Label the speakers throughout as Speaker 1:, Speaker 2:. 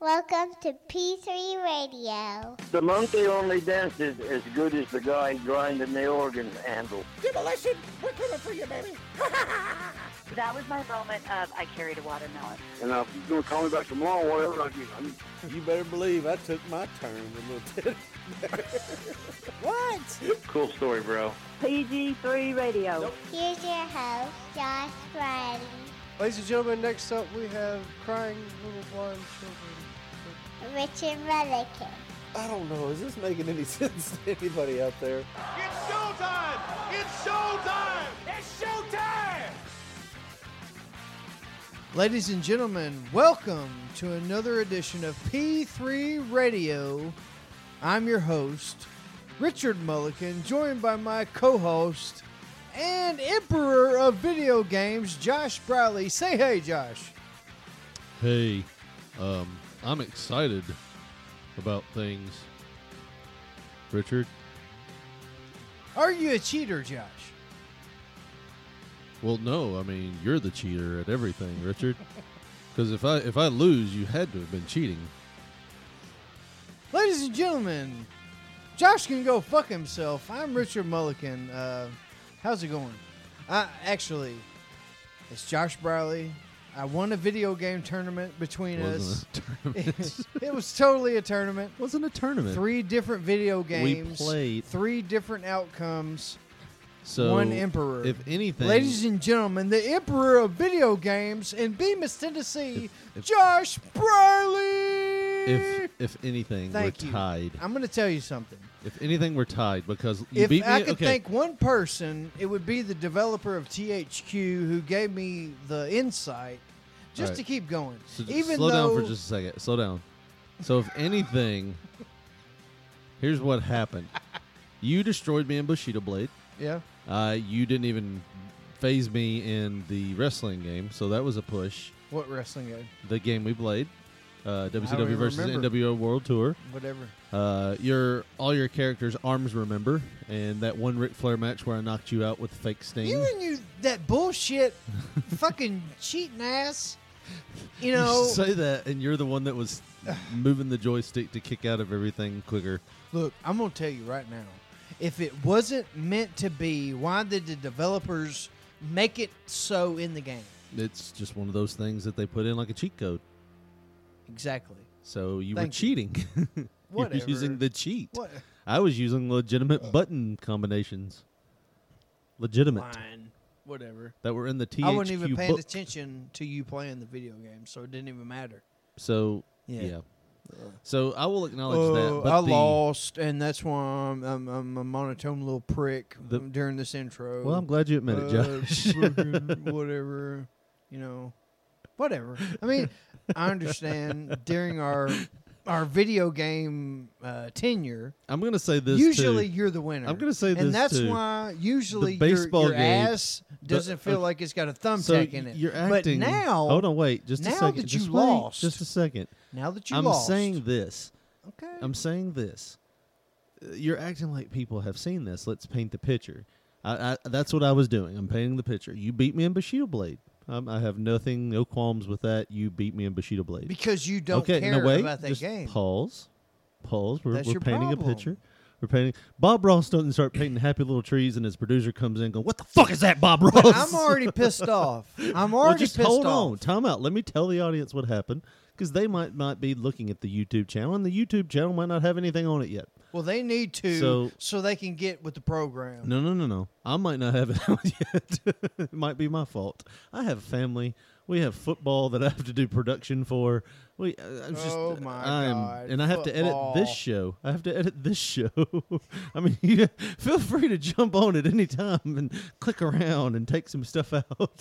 Speaker 1: Welcome to P3 Radio.
Speaker 2: The monkey only dances as good as the guy grinding the organ handle.
Speaker 3: Demolition, we're coming for you, baby.
Speaker 4: That was my moment of I carried a watermelon.
Speaker 2: And now, if you're going to call me back tomorrow, whatever I do, I mean,
Speaker 5: You better believe I took my turn a little bit.
Speaker 3: what?
Speaker 2: cool story, bro.
Speaker 4: PG3 Radio.
Speaker 1: Here's your host, Josh Friday.
Speaker 6: Ladies and gentlemen, next up we have crying little blind children.
Speaker 1: Richard Mullican.
Speaker 5: I don't know. Is this making any sense to anybody out there?
Speaker 6: Ladies and gentlemen, welcome to another edition of P3 Radio. I'm your host, Richard Mullican, joined by my co host and emperor of video games, Josh Briley. Say hey, Josh.
Speaker 7: Hey, um, I'm excited about things. Richard?
Speaker 6: Are you a cheater, Josh?
Speaker 7: Well, no, I mean you're the cheater at everything, Richard. Because if I if I lose, you had to have been cheating.
Speaker 6: Ladies and gentlemen, Josh can go fuck himself. I'm Richard Mullican. Uh, how's it going? I, actually, it's Josh Briley. I won a video game tournament between us.
Speaker 7: Wasn't a tournament.
Speaker 6: it was totally a tournament.
Speaker 7: Wasn't a tournament.
Speaker 6: Three different video games.
Speaker 7: played.
Speaker 6: Three different outcomes.
Speaker 7: so
Speaker 6: one emperor.
Speaker 7: If anything,
Speaker 6: Ladies and gentlemen, the emperor of video games in Bemis, Tennessee,
Speaker 7: If- if-
Speaker 6: Josh Briley.
Speaker 7: if if anything,
Speaker 6: Thank
Speaker 7: we're
Speaker 6: you.
Speaker 7: tied.
Speaker 6: I'm going to tell you something.
Speaker 7: If anything, we're tied because you
Speaker 6: if
Speaker 7: beat me.
Speaker 6: I could
Speaker 7: okay,
Speaker 6: thank one person, it would be the developer of THQ who gave me the insight just
Speaker 7: All right.
Speaker 6: to keep going.
Speaker 7: So j-
Speaker 6: Even
Speaker 7: slow
Speaker 6: though
Speaker 7: down for just a second. Slow down. So if anything, here's what happened. You destroyed me in Bushido Blade.
Speaker 6: yeah,
Speaker 7: Uh, you didn't even phase me in the wrestling game, so that was a push.
Speaker 6: what wrestling uh, game,
Speaker 7: The game we played, uh, WCW
Speaker 6: even
Speaker 7: versus
Speaker 6: remember.
Speaker 7: NWO World Tour.
Speaker 6: whatever.
Speaker 7: Uh, your all your characters' arms remember, and that one Ric Flair match where I knocked you out with fake Sting.
Speaker 6: You and you that bullshit, fucking cheating ass. You
Speaker 7: You
Speaker 6: know,
Speaker 7: say that, and you're the one that was moving the joystick to kick out of everything quicker.
Speaker 6: Look, I'm gonna tell you right now. If it wasn't meant to be, why did the developers make it so in the game?
Speaker 7: It's just one of those things that they put in like a cheat code.
Speaker 6: Exactly.
Speaker 7: So you
Speaker 6: Thank
Speaker 7: were
Speaker 6: you.
Speaker 7: cheating. you were
Speaker 6: Whatever.
Speaker 7: using the cheat.
Speaker 6: What?
Speaker 7: I was using legitimate button combinations. Legitimate
Speaker 6: Fine. Whatever.
Speaker 7: that were in the THQ
Speaker 6: I wasn't even paying
Speaker 7: book.
Speaker 6: attention to you playing the video game, so it didn't even matter.
Speaker 7: So
Speaker 6: Yeah. Oh,
Speaker 7: yeah. So I will acknowledge that. But
Speaker 6: I
Speaker 7: the,
Speaker 6: lost, and that's why I'm, I'm, I'm a monotone little prick
Speaker 7: The-
Speaker 6: um, during this intro.
Speaker 7: Well, I'm glad you admit it,
Speaker 6: Uh,
Speaker 7: Josh.
Speaker 6: fucking whatever, you know, whatever. I mean, I understand during our our video game uh, tenure,
Speaker 7: I'm gonna say this. too.
Speaker 6: usually you're the winner.
Speaker 7: I'm gonna say this
Speaker 6: and that's
Speaker 7: too.
Speaker 6: why usually
Speaker 7: The baseball
Speaker 6: your, your
Speaker 7: game-
Speaker 6: ass doesn't feel
Speaker 7: okay.
Speaker 6: like it's got a thumbtack
Speaker 7: so
Speaker 6: in it.
Speaker 7: you're
Speaker 6: but
Speaker 7: acting.
Speaker 6: now,
Speaker 7: hold on, wait, just
Speaker 6: now
Speaker 7: a second.
Speaker 6: that
Speaker 7: just
Speaker 6: you
Speaker 7: wait,
Speaker 6: lost-
Speaker 7: just a second.
Speaker 6: now that you
Speaker 7: I'm
Speaker 6: lost,
Speaker 7: saying this.
Speaker 6: okay,
Speaker 7: I'm saying this. Uh, You're acting like people have seen this. Let's paint the picture. I, I, that's what I was doing. I'm painting the picture. You beat me in Bushido Blade. Um, I have nothing, no qualms with that. You beat me in Bushido Blade.
Speaker 6: because you don't
Speaker 7: okay,
Speaker 6: care
Speaker 7: no wait.
Speaker 6: about that
Speaker 7: Just
Speaker 6: game.
Speaker 7: Pause. Pause. We're,
Speaker 6: That's
Speaker 7: we're
Speaker 6: your
Speaker 7: painting
Speaker 6: problem.
Speaker 7: a picture. We're painting. Bob Ross doesn't start painting happy little trees, and his producer comes in going, "What the fuck is that, Bob Ross?"
Speaker 6: But I'm already pissed off. I'm already
Speaker 7: well, just
Speaker 6: pissed
Speaker 7: hold
Speaker 6: off.
Speaker 7: on. Time out. Let me tell the audience what happened because they might not be looking at the YouTube channel, and the YouTube channel might not have anything on it yet.
Speaker 6: Well, they need to so,
Speaker 7: So-
Speaker 6: they can get with the program.
Speaker 7: No, no, no, no. I might not have it out yet. it might be my fault. I have family. We have football that I have to do production for. We, I- I'm just,
Speaker 6: Oh my
Speaker 7: I'm,
Speaker 6: God,
Speaker 7: And I have to edit this
Speaker 6: football.
Speaker 7: show. I have to edit this show. I mean, you, feel free to jump on at any time and click around and take some stuff out.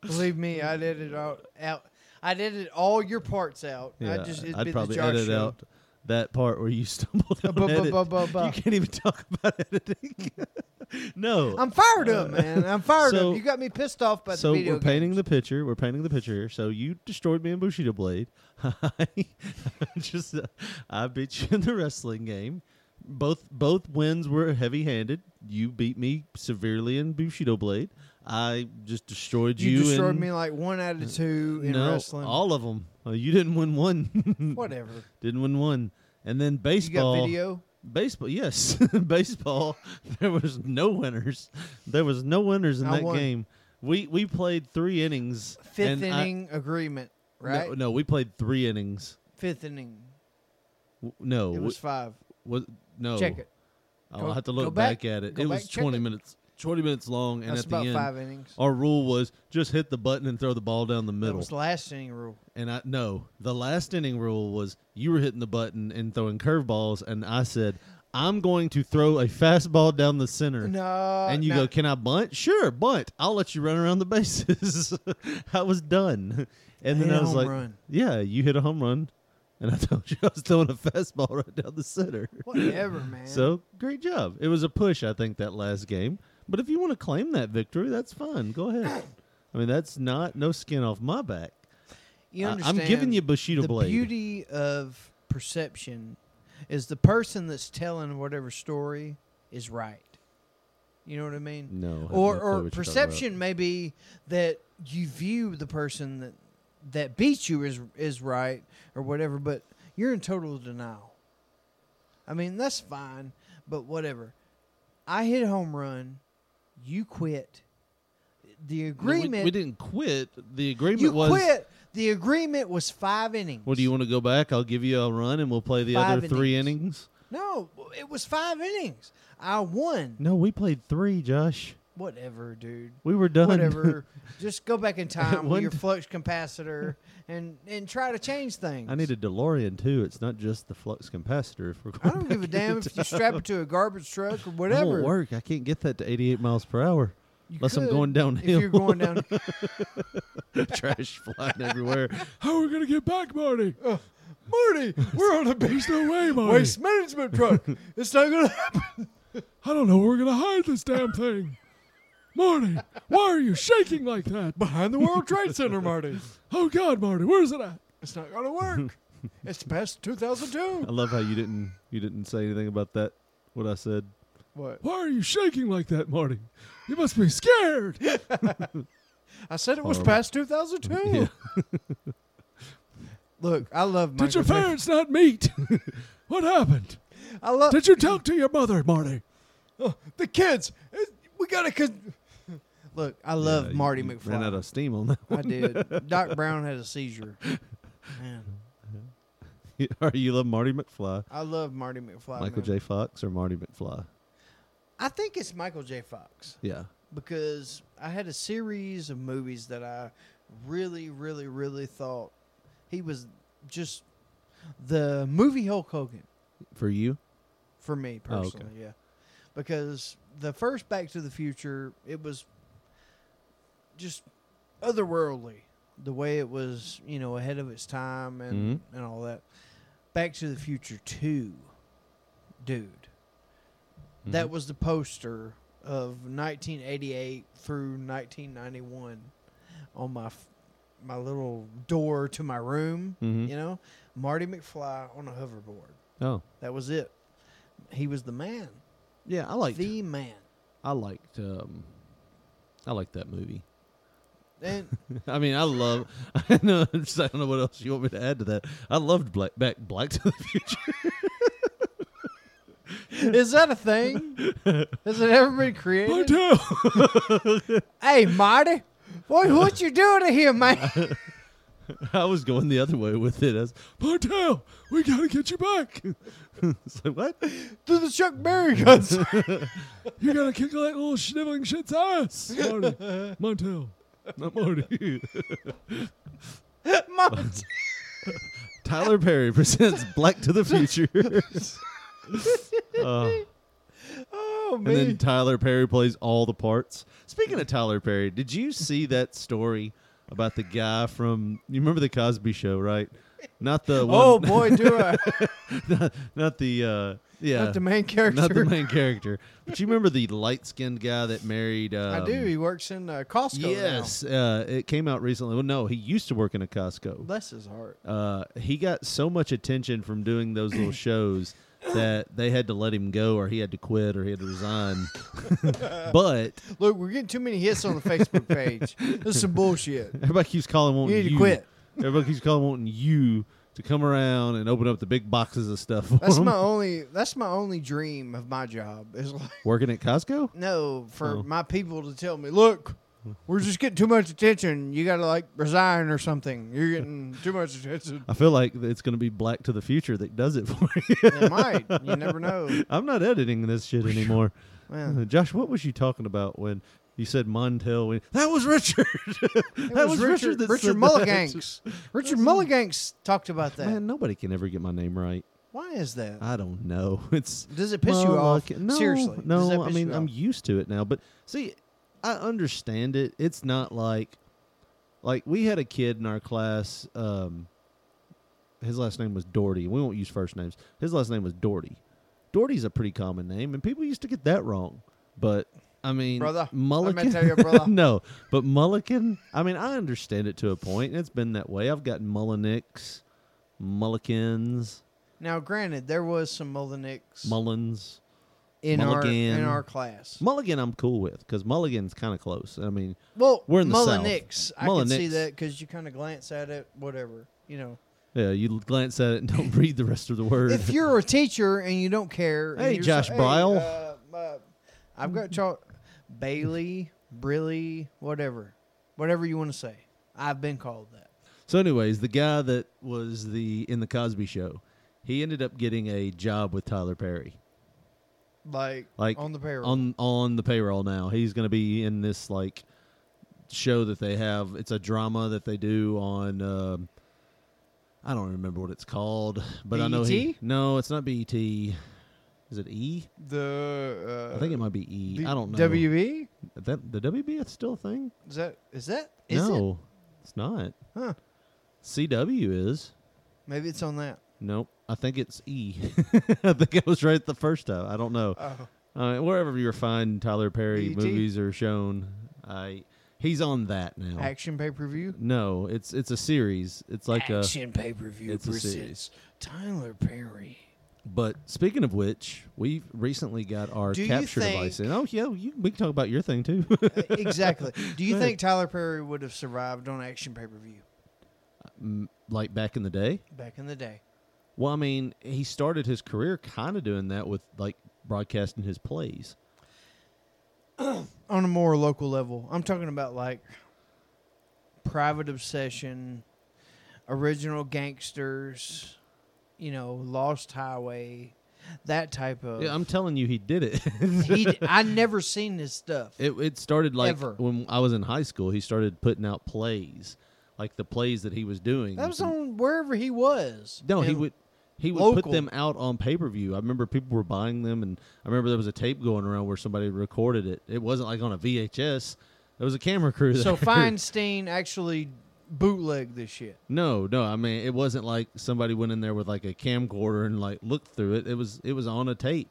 Speaker 6: Believe me, I did it all out. I did it all your parts out. I
Speaker 7: yeah,
Speaker 6: just it'd
Speaker 7: I'd
Speaker 6: been
Speaker 7: probably
Speaker 6: the Josh
Speaker 7: edit
Speaker 6: show.
Speaker 7: out that part where you stumbled
Speaker 6: bu-
Speaker 7: on
Speaker 6: bu-
Speaker 7: edit.
Speaker 6: bu- bu- bu.
Speaker 7: You can't even talk about editing. no,
Speaker 6: I'm fired up, man. I'm fired
Speaker 7: so-
Speaker 6: up. You got me pissed off by
Speaker 7: so
Speaker 6: the video
Speaker 7: we're painting
Speaker 6: games.
Speaker 7: the picture. We're painting the picture here. So you destroyed me in Bushido Blade. I just uh, I beat you in the wrestling game. Both both wins were heavy handed. You beat me severely in Bushido Blade. I just destroyed you.
Speaker 6: you destroyed
Speaker 7: in,
Speaker 6: me like one out of two in
Speaker 7: no,
Speaker 6: wrestling.
Speaker 7: all of them. Well, you didn't win one.
Speaker 6: Whatever.
Speaker 7: Didn't win one. And then
Speaker 6: You got
Speaker 7: baseball.
Speaker 6: video?
Speaker 7: Baseball, yes, baseball. There was no winners. There was no winners in
Speaker 6: I
Speaker 7: that
Speaker 6: won.
Speaker 7: game. We we played three innings.
Speaker 6: Fifth
Speaker 7: and I-
Speaker 6: inning agreement,
Speaker 7: no,
Speaker 6: right?
Speaker 7: No, we played three innings.
Speaker 6: Fifth inning.
Speaker 7: W- No,
Speaker 6: It
Speaker 7: w-
Speaker 6: was five.
Speaker 7: was no.
Speaker 6: Check it.
Speaker 7: I'll
Speaker 6: Go-
Speaker 7: have to
Speaker 6: go
Speaker 7: look
Speaker 6: back-
Speaker 7: back, at it.
Speaker 6: go
Speaker 7: It
Speaker 6: back,
Speaker 7: was
Speaker 6: check
Speaker 7: twenty
Speaker 6: it.
Speaker 7: minutes. Twenty minutes long, and
Speaker 6: That's
Speaker 7: at the
Speaker 6: about
Speaker 7: end,
Speaker 6: five innings.
Speaker 7: our rule was just hit the button and throw the ball down the
Speaker 6: That
Speaker 7: middle.
Speaker 6: was the last inning rule.
Speaker 7: And I no, the last inning rule was you were hitting the button and throwing curveballs, and I said, "I'm going to throw a fastball down the center."
Speaker 6: No.
Speaker 7: and you
Speaker 6: no.
Speaker 7: go, "Can I bunt?" Sure, bunt. I'll let you run around the bases. I was done, and
Speaker 6: Hit
Speaker 7: then
Speaker 6: a
Speaker 7: I was
Speaker 6: home
Speaker 7: like,
Speaker 6: run.
Speaker 7: "Yeah, you hit a home run," and I told you I was throwing a fastball right down the center.
Speaker 6: Whatever, man.
Speaker 7: So great job. It was a push, I think, that last game. But if you want to claim that victory, that's fine. Go ahead. I mean, that's not no skin off my back.
Speaker 6: you
Speaker 7: I- I'm
Speaker 6: understand
Speaker 7: giving you Bushido
Speaker 6: the
Speaker 7: blade.
Speaker 6: beauty of perception is the person that's telling whatever story is right. You know what I mean?
Speaker 7: No, I
Speaker 6: Or
Speaker 7: have no clue what
Speaker 6: or
Speaker 7: you're talking
Speaker 6: perception may be that you view the person that that beat you is is right or whatever, but you're in total denial. I mean, that's fine, but whatever. I hit a home run, you quit. The
Speaker 7: No, we-
Speaker 6: agreement
Speaker 7: We, didn't quit. The agreement
Speaker 6: you
Speaker 7: was.
Speaker 6: quit. The agreement was five innings.
Speaker 7: Well, do you want to go back? I'll give you a run, and we'll play the
Speaker 6: Five
Speaker 7: other three innings.
Speaker 6: No, it was five innings. I won.
Speaker 7: No, we played three, Josh.
Speaker 6: Whatever, dude.
Speaker 7: We were done.
Speaker 6: Whatever. Just go back in time with
Speaker 7: One
Speaker 6: your
Speaker 7: t-
Speaker 6: flux capacitor and and try to change things.
Speaker 7: I need a DeLorean too. It's not just the flux capacitor. If we're
Speaker 6: I
Speaker 7: going
Speaker 6: don't give a
Speaker 7: back
Speaker 6: damn
Speaker 7: in
Speaker 6: if you
Speaker 7: time.
Speaker 6: strap it to a garbage truck or
Speaker 7: It won't
Speaker 6: whatever.
Speaker 7: work. I can't get that to 88 miles per hour.
Speaker 6: You
Speaker 7: Unless I'm
Speaker 6: could
Speaker 7: going downhill.
Speaker 6: If you're going down,
Speaker 7: trash flying everywhere. How are we gonna get back, Marty?
Speaker 6: Marty, we're on a
Speaker 7: There's no way, Marty.
Speaker 6: waste management truck. It's not gonna happen.
Speaker 7: I don't know where we're gonna hide this damn thing. Marty, why are you shaking like that?
Speaker 6: Behind the World Trade Center, Marty.
Speaker 7: Oh God, Marty, where's it at?
Speaker 6: It's not gonna work. It's past 2002.
Speaker 7: I love how you didn't you didn't say anything about that. What I said.
Speaker 6: What?
Speaker 7: Why are you shaking like that, Marty? You must be scared.
Speaker 6: I said it was
Speaker 7: Horrible.
Speaker 6: past 2002. Look, I love Michael.
Speaker 7: Did your
Speaker 6: Jackson.
Speaker 7: parents not meet? what happened?
Speaker 6: I love
Speaker 7: Did you talk to your mother, Marty?
Speaker 6: the kids. It- We gotta. Con- Look, I love
Speaker 7: Yeah,
Speaker 6: Marty
Speaker 7: you
Speaker 6: McFly.
Speaker 7: Ran out of steam on that.
Speaker 6: I did. Doc Brown had a seizure. Man,
Speaker 7: Or you love Marty McFly,
Speaker 6: I love Marty McFly.
Speaker 7: Michael
Speaker 6: man.
Speaker 7: J. Fox, or Marty McFly?
Speaker 6: I think it's Michael J. Fox
Speaker 7: Yeah.
Speaker 6: because I had a series of movies that I really, really, really thought he was just the movie Hulk Hogan.
Speaker 7: For you?
Speaker 6: for me
Speaker 7: Oh, okay.
Speaker 6: personally. Yeah, because the first Back to the Future, it was just otherworldly. The way it was, you know, ahead of its time and
Speaker 7: Mm-hmm.
Speaker 6: and all that. Back to the Future Two, dude, that
Speaker 7: Mm-hmm.
Speaker 6: was the poster of 1988 through 1991 on my f- my little door to my room.
Speaker 7: Mhm.
Speaker 6: You know, Marty McFly on a hoverboard.
Speaker 7: Oh.
Speaker 6: That was it. He was the man.
Speaker 7: Yeah, I liked
Speaker 6: The man.
Speaker 7: I liked um I liked that movie.
Speaker 6: And
Speaker 7: I mean, I love. I know. I'm just- I don't know what else you want me to add to that. I loved Black Back Black to the Future.
Speaker 6: is that a thing? Has it ever been created? Hey, Marty. Boy, what you doing in here, man?
Speaker 7: I was going the other way with it. As Martel, we gotta get you back. it's like what?
Speaker 6: to the Chuck Berry concert.
Speaker 7: You gotta kick that little sniveling shit's ass, Marty. Martel, not Marty.
Speaker 6: Mont-
Speaker 7: Tyler Perry presents Black to the Future. Uh,
Speaker 6: oh,
Speaker 7: and then
Speaker 6: man.
Speaker 7: Tyler Perry plays all the parts. Speaking of Tyler Perry, did you see that story about the guy from you remember the Cosby show, right? Not the one
Speaker 6: Oh, boy, do I.
Speaker 7: not, not the uh yeah.
Speaker 6: Not the main character.
Speaker 7: Not the main character. But you remember the light-skinned guy that married
Speaker 6: I
Speaker 7: um,
Speaker 6: do. He works in uh, Costco now.
Speaker 7: Yes, uh, it came out recently. Well, no, he used to work in a Costco
Speaker 6: Bless his heart.
Speaker 7: uh, he got so much attention from doing those little shows that they had to let him go or he had to quit or he had to resign. but
Speaker 6: Look, we're getting too many hits on the Facebook page. This is some bullshit.
Speaker 7: everybody keeps calling him
Speaker 6: You need to quit.
Speaker 7: Everybody keeps calling wanting you to come around and open up the big boxes of stuff. For
Speaker 6: That's
Speaker 7: 'em.
Speaker 6: my only. That's my only dream of my job is like
Speaker 7: working at Costco.
Speaker 6: no for
Speaker 7: Oh.
Speaker 6: my people to tell me, look, we're just getting too much attention. You got to like resign or something. You're getting too much attention.
Speaker 7: I feel like it's going to be Black to the Future that does it for you.
Speaker 6: it might. You never know.
Speaker 7: I'm not editing this shit anymore.
Speaker 6: Man.
Speaker 7: Josh, what was you talking about when you said Montel? When, that was Richard. that was, Richard. that
Speaker 6: Richard
Speaker 7: said that.
Speaker 6: Mulliganks. Richard Mulliganks talked about that.
Speaker 7: Man, nobody can ever get my name right.
Speaker 6: Why is that?
Speaker 7: I don't know. It's
Speaker 6: Does it piss you off?
Speaker 7: Mulligan- No,
Speaker 6: Seriously, does that
Speaker 7: no. I
Speaker 6: piss
Speaker 7: mean,
Speaker 6: you
Speaker 7: I'm
Speaker 6: off?
Speaker 7: used to it now. But see, I understand it. It's not like like we had a kid in our class. Um, his last name was Doherty. We won't use first names. His last name was Doherty. Doherty's a pretty common name, and people used to get that wrong. But I mean,
Speaker 6: Brother, let me
Speaker 7: Mulligan.
Speaker 6: tell you, brother.
Speaker 7: no, but Mulligan. I mean, I understand it to a point. It's been that way. I've gotten Mullinicks, Mullikins,
Speaker 6: now, granted, there was some Mullinicks
Speaker 7: Mullins.
Speaker 6: in our in
Speaker 7: Mulligan.
Speaker 6: our class.
Speaker 7: Mulligan, I'm cool with because Mulligan's kind of close. I mean,
Speaker 6: well,
Speaker 7: we're in the South.
Speaker 6: Mullinicks. I can see
Speaker 7: Mullinicks.
Speaker 6: that because you kind of glance at it, whatever you know.
Speaker 7: yeah, you glance at it and don't read the rest of the word.
Speaker 6: If you're a teacher and you don't care, and
Speaker 7: Hey,
Speaker 6: you're
Speaker 7: Josh
Speaker 6: so-
Speaker 7: Bryle.
Speaker 6: uh, uh, I've got chalk. Bailey, Brilly, whatever, whatever you want to say. I've been called that.
Speaker 7: so, anyways, the guy that was the in the Cosby Show, he ended up getting a job with Tyler Perry,
Speaker 6: Like,
Speaker 7: like
Speaker 6: on the payroll.
Speaker 7: On on the payroll now, he's going to be in this like show that they have. It's a drama that they do on. Um, I don't remember what it's called, but I know he.
Speaker 6: BET?
Speaker 7: No, it's not BET. Is it E?
Speaker 6: the uh,
Speaker 7: I think it might be E. I don't know.
Speaker 6: WB
Speaker 7: That the WB is still a thing?
Speaker 6: is that is that is it?
Speaker 7: no, it's not.
Speaker 6: Huh.
Speaker 7: CW is.
Speaker 6: Maybe it's on that.
Speaker 7: Nope. I think it's E. I think I was right the first time. I don't know.
Speaker 6: Oh.
Speaker 7: Uh, wherever you find Tyler Perry
Speaker 6: BET?
Speaker 7: movies are shown, I he's on that now.
Speaker 6: Action pay per view.
Speaker 7: no, it's it's a series. It's like a
Speaker 6: pay per view
Speaker 7: it's a series.
Speaker 6: Tyler Perry.
Speaker 7: But speaking of which, we recently got our
Speaker 6: Do you
Speaker 7: capture device
Speaker 6: think-
Speaker 7: in. Oh yeah, you, we can talk about your thing too.
Speaker 6: exactly. Do you
Speaker 7: Go ahead.
Speaker 6: think Tyler Perry would have survived on action pay per view
Speaker 7: like back in the day.
Speaker 6: back in the day?
Speaker 7: Well, I mean, he started his career kind of doing that with like broadcasting his plays.
Speaker 6: On a more local level, I'm talking about like private obsession, original gangsters, you know, Lost Highway, that type of.
Speaker 7: Yeah, I'm telling you, he did it.
Speaker 6: he, I never seen this stuff.
Speaker 7: it. It started like
Speaker 6: Ever.
Speaker 7: when I was in high school. He started putting out plays, like the plays that he was doing.
Speaker 6: that was on wherever he was.
Speaker 7: No, he
Speaker 6: And-
Speaker 7: would. He would
Speaker 6: local.
Speaker 7: put them out on pay per view. I remember people were buying them, and I remember there was a tape going around where somebody recorded it. It wasn't like on a VHS. There was a camera crew. There.
Speaker 6: So Feinstein actually bootlegged this shit.
Speaker 7: No, no. I mean, it wasn't like somebody went in there with like a camcorder and like looked through it. It was it was on a tape.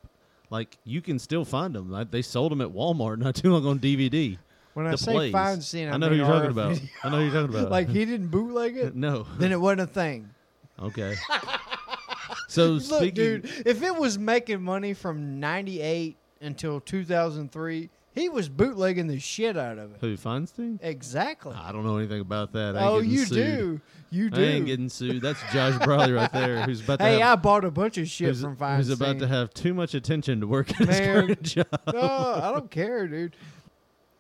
Speaker 7: Like you can still find them. Like, they sold them at Walmart not too long on DVD.
Speaker 6: When I
Speaker 7: The
Speaker 6: say
Speaker 7: plays.
Speaker 6: Feinstein, I
Speaker 7: know who
Speaker 6: mean
Speaker 7: you're talking
Speaker 6: RF
Speaker 7: about.
Speaker 6: video.
Speaker 7: I know who you're talking about.
Speaker 6: like he didn't bootleg it,
Speaker 7: no,
Speaker 6: then it wasn't a thing.
Speaker 7: okay. So
Speaker 6: Look,
Speaker 7: speaking,
Speaker 6: dude, if it was making money from '98 until 2003, he was bootlegging the shit out of it.
Speaker 7: who Feinstein?
Speaker 6: Exactly.
Speaker 7: I don't know anything about that. I ain't
Speaker 6: oh,
Speaker 7: getting
Speaker 6: you
Speaker 7: sued.
Speaker 6: do. You
Speaker 7: I ain't
Speaker 6: do.
Speaker 7: getting sued. That's Josh Brawley right there, who's about to
Speaker 6: Hey, I
Speaker 7: have,
Speaker 6: bought a bunch of shit
Speaker 7: who's,
Speaker 6: from Feinstein.
Speaker 7: who's about to have too much attention to work at his
Speaker 6: Man.
Speaker 7: current job.
Speaker 6: no, I don't care, dude.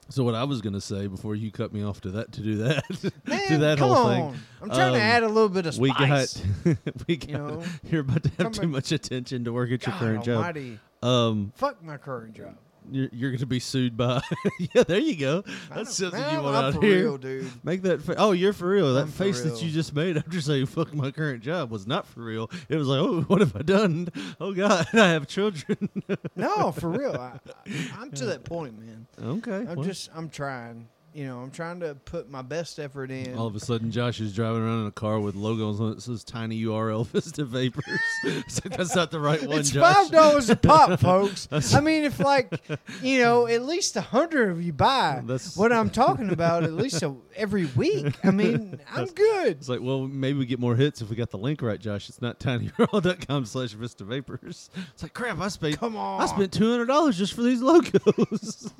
Speaker 7: So what I was gonna say before you cut me off to that to do that
Speaker 6: Man,
Speaker 7: to that
Speaker 6: come
Speaker 7: whole
Speaker 6: on.
Speaker 7: thing.
Speaker 6: I'm trying to
Speaker 7: um,
Speaker 6: add a little bit of spice.
Speaker 7: We got we got
Speaker 6: you know?
Speaker 7: you're about to have
Speaker 6: Come
Speaker 7: too
Speaker 6: on.
Speaker 7: much attention to work at your
Speaker 6: God
Speaker 7: current job.
Speaker 6: almighty.
Speaker 7: Um,
Speaker 6: Fuck my current job.
Speaker 7: you're, you're gonna be sued by yeah. There you go. That's something
Speaker 6: Man,
Speaker 7: you want
Speaker 6: I'm
Speaker 7: out
Speaker 6: for
Speaker 7: here.
Speaker 6: real, dude.
Speaker 7: Make that. Fa- oh, you're for real. That
Speaker 6: I'm for
Speaker 7: face that
Speaker 6: real.
Speaker 7: you just made after saying "fuck my current job" was not for real. It was like, oh, what have I done? Oh God, I have children.
Speaker 6: No, for real. I, I, I'm to that point, man.
Speaker 7: okay.
Speaker 6: I'm
Speaker 7: well,
Speaker 6: just, I'm trying. You know, I'm trying to put my best effort in.
Speaker 7: All of a sudden, Josh is driving around in a car with logos on it that says "Tiny URL Vista Vapors." it's like, that's not the right one,
Speaker 6: it's
Speaker 7: Josh.
Speaker 6: five dollars a pop, folks. I mean, if like, you know, at least a hundred of you buy
Speaker 7: That's-
Speaker 6: what I'm talking about, at least a, every week. I mean, I'm good.
Speaker 7: It's like, well, maybe we get more hits if we got the link right, Josh. It's not tinyurl.com slash Vista Vapors. It's like, crap, I spent,
Speaker 6: Come
Speaker 7: I
Speaker 6: on.
Speaker 7: spent $200 just for these logos.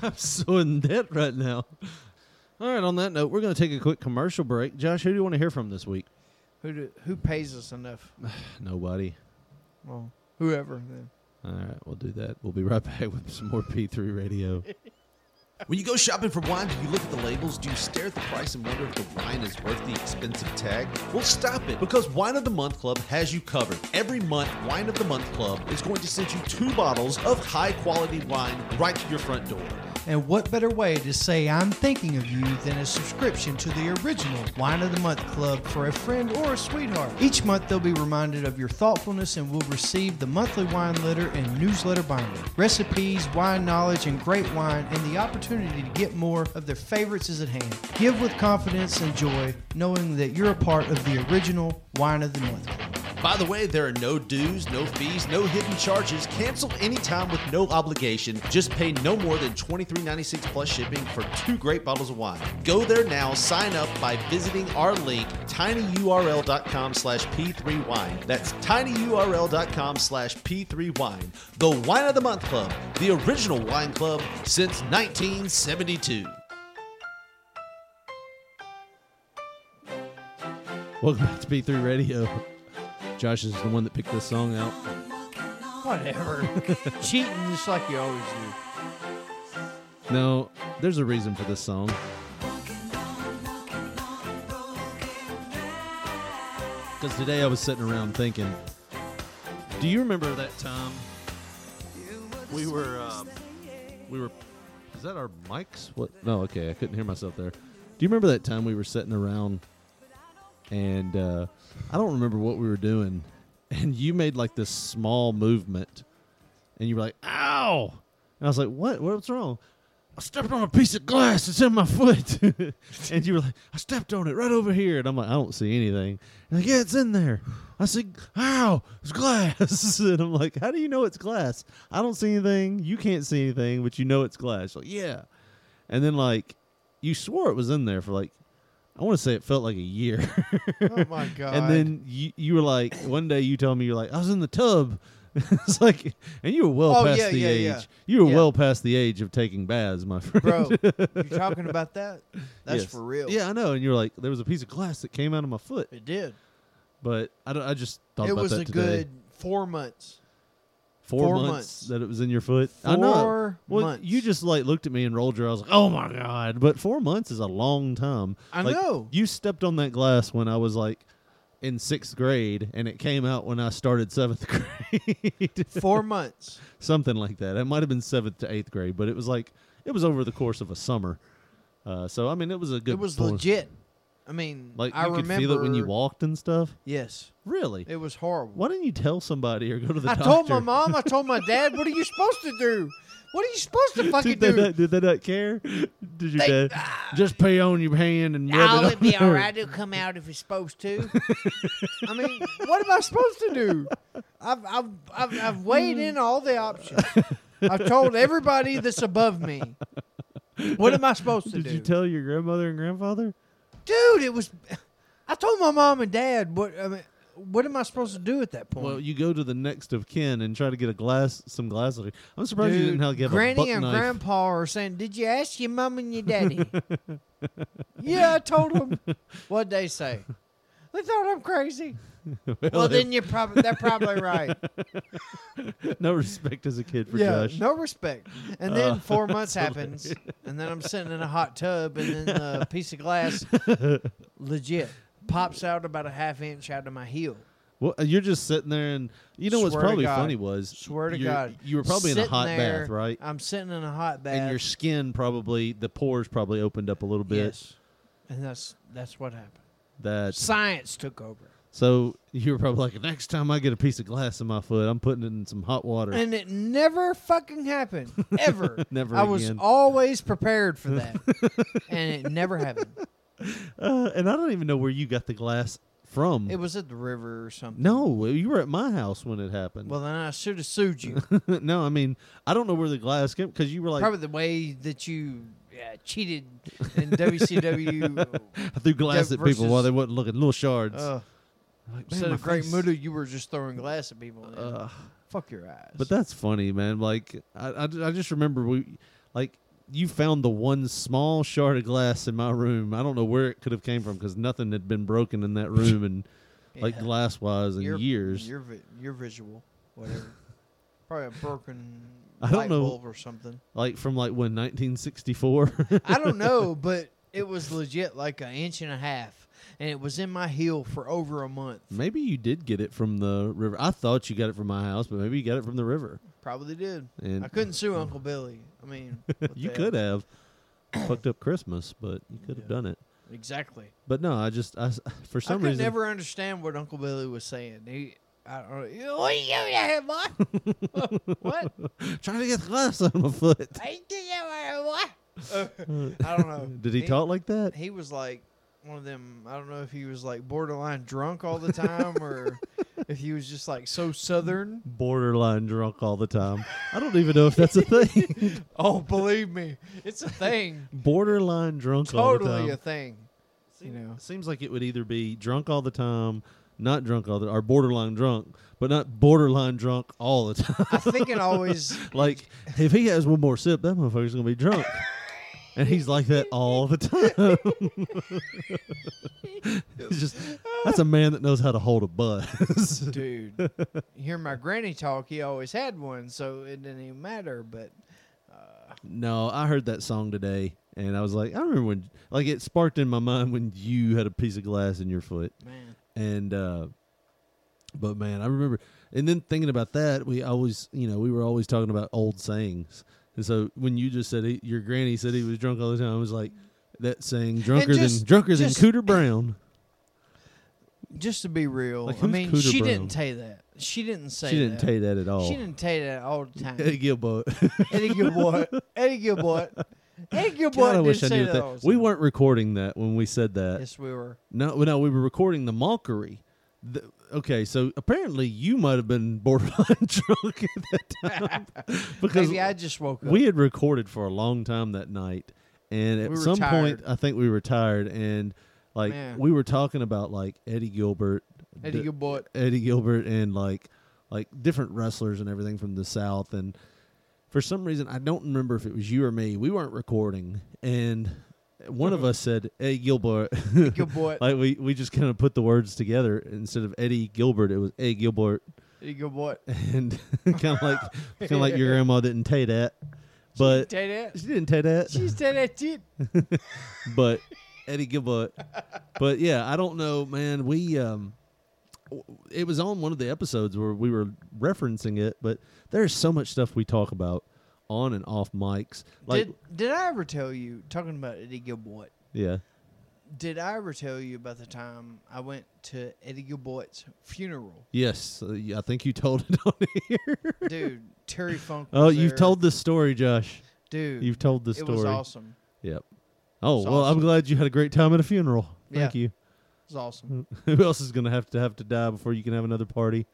Speaker 7: I'm so in debt right now. All right, on that note, we're going to take a quick commercial break. Josh, who do you want to hear from this week?
Speaker 6: Who do, who pays us enough?
Speaker 7: Nobody.
Speaker 6: Well, whoever. Then.
Speaker 7: All right, we'll do that. We'll be right back with some more P3 radio.
Speaker 8: When you go shopping for wine, do you look at the labels? Do you stare at the price and wonder if the wine is worth the expensive tag? Well, stop it because Wine of the Month Club has you covered. Every month, Wine of the Month Club is going to send you two bottles of high quality wine right to your front door.
Speaker 6: And what better way to say I'm thinking of you than a subscription to the original Wine of the Month Club for a friend or a sweetheart? Each month they'll be reminded of your thoughtfulness and will receive the monthly wine letter and newsletter binder. Recipes, wine knowledge, and great wine, and the opportunity to get more of their favorites is at hand. Give with confidence and joy, knowing that you're a part of the original Wine of the Month Club.
Speaker 8: By the way, there are no dues, no fees, no hidden charges. Cancel anytime with no obligation. Just pay no more than $23.96 plus shipping for two great bottles of wine. Go there now. Sign up by visiting our link, tinyurl.com slash p3wine. That's tinyurl.com slash p3wine. The Wine of the Month Club, the original wine club since 1972.
Speaker 7: Welcome back to P3 radio. Josh is the one that picked this song out.
Speaker 6: Whatever. Cheating just like you always do.
Speaker 7: No, there's a reason for this song. Because today I was sitting around thinking, do you remember that time we were, um, we were, is that our mics? What? No, okay, I couldn't hear myself there. Do you remember that time we were sitting around and uh, I don't remember what we were doing, and you made like this small movement, and you were like, "Ow!" And I was like, "What? What's wrong?" I stepped on a piece of glass. It's in my foot. and you were like, I stepped on it right over here. And I'm like, I don't see anything. And like, yeah, it's in there. I said, how? It's glass. and I'm like, how do you know it's glass? I don't see anything. You can't see anything, but you know it's glass. Like, yeah. And then, like, you swore it was in there for like, I want to say it felt like a year.
Speaker 6: Oh my god.
Speaker 7: And then you, you were like, one day you told me you're like, I was in the tub. it's like, and you were well
Speaker 6: Oh,
Speaker 7: past
Speaker 6: yeah,
Speaker 7: the
Speaker 6: yeah,
Speaker 7: age.
Speaker 6: yeah.
Speaker 7: You were
Speaker 6: Yeah.
Speaker 7: well past the age of taking baths, my friend.
Speaker 6: Bro, you talking about that? That's
Speaker 7: Yes.
Speaker 6: for real.
Speaker 7: Yeah, I know. And you're like, there was a piece of glass that came out of my foot,
Speaker 6: It did.
Speaker 7: but I don't. I just thought
Speaker 6: it
Speaker 7: about
Speaker 6: was
Speaker 7: that
Speaker 6: a
Speaker 7: today.
Speaker 6: good four months.
Speaker 7: four,
Speaker 6: four
Speaker 7: months,
Speaker 6: months.
Speaker 7: that it was in your foot. I know.
Speaker 6: Four
Speaker 7: Well,
Speaker 6: months.
Speaker 7: you just like looked at me and rolled your eyes like, oh my god. But four months is a long time.
Speaker 6: I
Speaker 7: Like,
Speaker 6: know.
Speaker 7: You stepped on that glass when I was like in sixth grade, and it came out when I started seventh grade,
Speaker 6: Four months.
Speaker 7: something like that. It might have been seventh to eighth grade, but it was like it was over the course of a summer. Uh, so I mean, it was a good.
Speaker 6: It was
Speaker 7: point.
Speaker 6: legit. I mean,
Speaker 7: Like
Speaker 6: I
Speaker 7: you could
Speaker 6: remember
Speaker 7: feel it when you walked and stuff.
Speaker 6: Yes,
Speaker 7: Really?
Speaker 6: it was horrible.
Speaker 7: Why didn't you tell somebody or go to the
Speaker 6: I
Speaker 7: doctor?
Speaker 6: told my mom. I told my dad. What are you supposed to do? What are you supposed to fucking
Speaker 7: Did they,
Speaker 6: do?
Speaker 7: not, did they not care? Did your dad just pee on your hand and rub it
Speaker 6: Oh,
Speaker 7: on
Speaker 6: it'd ah. be
Speaker 7: there?
Speaker 6: all right. It'll come out if it's supposed to. I mean, what am I supposed to do? I've I've I've, I've weighed in all the options. I've told everybody that's above me. What am I supposed to
Speaker 7: Did
Speaker 6: do?
Speaker 7: you tell your grandmother and grandfather?
Speaker 6: Dude, it was. I told my mom and dad what I mean. What am I supposed to do at that point?
Speaker 7: Well, you go to the next of kin and try to get a glass, some glass. of- I'm surprised you didn't
Speaker 6: Dude,
Speaker 7: have to give a buck
Speaker 6: Granny and
Speaker 7: knife.
Speaker 6: Grandpa are saying, "Did you ask your mom and your daddy?" yeah, I told them. What'd they say? They thought I'm crazy.
Speaker 7: well,
Speaker 6: Well,
Speaker 7: they
Speaker 6: then you're probably they're probably right.
Speaker 7: have no respect as a kid for
Speaker 6: yeah,
Speaker 7: Josh. Uh,
Speaker 6: no respect. And then four months happens, and then I'm sitting in a hot tub, and then a piece of glass, legit, pops out about a half inch out of my heel.
Speaker 7: Well, uh, you're just sitting there, and you know what's
Speaker 6: Swear to
Speaker 7: probably
Speaker 6: God.
Speaker 7: funny was
Speaker 6: Swear to
Speaker 7: you're-
Speaker 6: God,
Speaker 7: you were probably in a
Speaker 6: Sitting
Speaker 7: hot
Speaker 6: there,
Speaker 7: bath, right?
Speaker 6: I'm sitting in a hot bath,
Speaker 7: And your skin probably the pores probably opened up a little bit.
Speaker 6: yes, and that's that's what happened.
Speaker 7: That's
Speaker 6: Science took over.
Speaker 7: So you were probably like, next time I get a piece of glass in my foot, I'm putting it in some hot water.
Speaker 6: And it never fucking happened. Ever.
Speaker 7: Never
Speaker 6: I was
Speaker 7: again.
Speaker 6: always prepared for that. and it never happened.
Speaker 7: Uh, and I don't even know where you got the glass from.
Speaker 6: It was at the river or something.
Speaker 7: no, you were at my house when it happened.
Speaker 6: Well, then I should have sued you.
Speaker 7: no, I mean, I don't know where the glass came because you were like,
Speaker 6: Probably the way that you uh, cheated in WCW.
Speaker 7: I threw glass
Speaker 6: that
Speaker 7: at people while
Speaker 6: versus-
Speaker 7: they wasn't looking, little shards.
Speaker 6: Uh,
Speaker 7: Like, man,
Speaker 6: instead
Speaker 7: my
Speaker 6: of great
Speaker 7: face-
Speaker 6: Muda, you were just throwing glass at people.
Speaker 7: Uh,
Speaker 6: Fuck your eyes.
Speaker 7: But that's funny, man. Like, I, I, I just remember we, like, you found the one small shard of glass in my room. I don't know where it could have came from because nothing had been broken in that room and like
Speaker 6: Yeah.
Speaker 7: glass wise in
Speaker 6: Your-
Speaker 7: years.
Speaker 6: Your vi- your visual, whatever. Probably a broken
Speaker 7: I don't
Speaker 6: light
Speaker 7: know.
Speaker 6: bulb or something.
Speaker 7: like from like when 1964.
Speaker 6: I don't know, but it was legit like an inch and a half, and it was in my heel for over a month.
Speaker 7: maybe you did get it from the river. I thought you got it from my house, but maybe you got it from the river.
Speaker 6: Probably did.
Speaker 7: And
Speaker 6: I couldn't sue Uncle Billy. I mean, what
Speaker 7: you
Speaker 6: the
Speaker 7: could
Speaker 6: hell?
Speaker 7: have fucked up Christmas, but you could have
Speaker 6: Yeah.
Speaker 7: done it.
Speaker 6: exactly.
Speaker 7: But no, I just I s- for
Speaker 6: I
Speaker 7: some
Speaker 6: could
Speaker 7: reason
Speaker 6: never understand what Uncle Billy was saying. He, I don't know. What are you doing here, boy? what?
Speaker 7: trying to get glass on my foot.
Speaker 6: I ain't doing that, boy. Uh, I don't know.
Speaker 7: Did he, talk like that?
Speaker 6: He was like one of them. I don't know if he was like borderline drunk all the time or if he was just like so southern.
Speaker 7: Borderline drunk all the time. I don't even know if that's a thing.
Speaker 6: Oh, believe me, it's a thing.
Speaker 7: Borderline drunk all the
Speaker 6: totally
Speaker 7: time.
Speaker 6: a thing. You know.
Speaker 7: Seems like it would either be drunk all the time, not drunk all the, or borderline drunk, but not borderline drunk all the time.
Speaker 6: I think it always
Speaker 7: like if he has one more sip, that motherfucker's gonna be drunk, and he's like that all the time. it's just that's a man that knows how to hold a buzz.
Speaker 6: dude. You hear my granny talk, he always had one, so it didn't even matter. But
Speaker 7: No, I heard that song today, and I was like, I remember when, like, it sparked in my mind when you had a piece of glass in your foot,
Speaker 6: man,
Speaker 7: and, uh, but man, I remember, and then thinking about that, we always, you know, we were always talking about old sayings, and so when you just said he, your granny said he was drunk all the time, I was like, that saying, drunker
Speaker 6: just-
Speaker 7: than drunker
Speaker 6: just-
Speaker 7: than Cooter Brown.
Speaker 6: just to be real,
Speaker 7: Like,
Speaker 6: I
Speaker 7: who's
Speaker 6: mean,
Speaker 7: Cooter
Speaker 6: she
Speaker 7: Brown?
Speaker 6: didn't say that. She didn't say
Speaker 7: She didn't
Speaker 6: that.
Speaker 7: say that at all.
Speaker 6: She didn't say that all the time.
Speaker 7: Eddie Gilboa.
Speaker 6: Eddie Gilboy. Eddie Gilboy. Eddie Gilboy.
Speaker 7: God, I
Speaker 6: didn't
Speaker 7: wish I
Speaker 6: say
Speaker 7: knew
Speaker 6: that all
Speaker 7: that.
Speaker 6: the
Speaker 7: We
Speaker 6: time.
Speaker 7: weren't recording that when we said that.
Speaker 6: Yes, we were.
Speaker 7: No, well, no, we were recording the mockery. The, okay, so apparently you might have been borderline drunk at that time because
Speaker 6: Maybe I just woke up.
Speaker 7: we had recorded for a long time that night, and at
Speaker 6: We were
Speaker 7: some
Speaker 6: tired.
Speaker 7: point I think we were tired, and like
Speaker 6: Man.
Speaker 7: we were talking about like Eddie Gilbert,
Speaker 6: Eddie
Speaker 7: d-
Speaker 6: Gilboy.
Speaker 7: Eddie Gilbert, and like like different wrestlers and everything from the South, and for some reason I don't remember if it was you or me. We weren't recording, and one of us said, "Hey Gilbert."
Speaker 6: Gilbert.
Speaker 7: like we, we just kind of put the words together instead of Eddie Gilbert, it was Eddie Gilbert,
Speaker 6: Eddie Gilboy.
Speaker 7: and kind of like kind of like your grandma didn't tay that, but
Speaker 6: Say that.
Speaker 7: she didn't tay that,
Speaker 6: She said that shit.
Speaker 7: but Eddie Gilbert. But yeah, I don't know, man. We um, w- it was on one of the episodes where we were referencing it, but there's so much stuff we talk about on and off mics. Like
Speaker 6: did, did I ever tell you, talking about Eddie Gilboy,
Speaker 7: yeah,
Speaker 6: did I ever tell you about the time I went to Eddie Gilboy's funeral?
Speaker 7: yes, uh, y- I think you told it on here.
Speaker 6: Dude, Terry Funk.
Speaker 7: Oh,
Speaker 6: was
Speaker 7: you've
Speaker 6: there.
Speaker 7: told this story, Josh.
Speaker 6: Dude,
Speaker 7: You've told this
Speaker 6: It was
Speaker 7: story.
Speaker 6: awesome.
Speaker 7: Yep. Oh
Speaker 6: It's
Speaker 7: well,
Speaker 6: awesome.
Speaker 7: I'm glad you had a great time at a funeral. Thank
Speaker 6: Yeah.
Speaker 7: you.
Speaker 6: It was awesome.
Speaker 7: Who else is gonna have to have to die before you can have another party?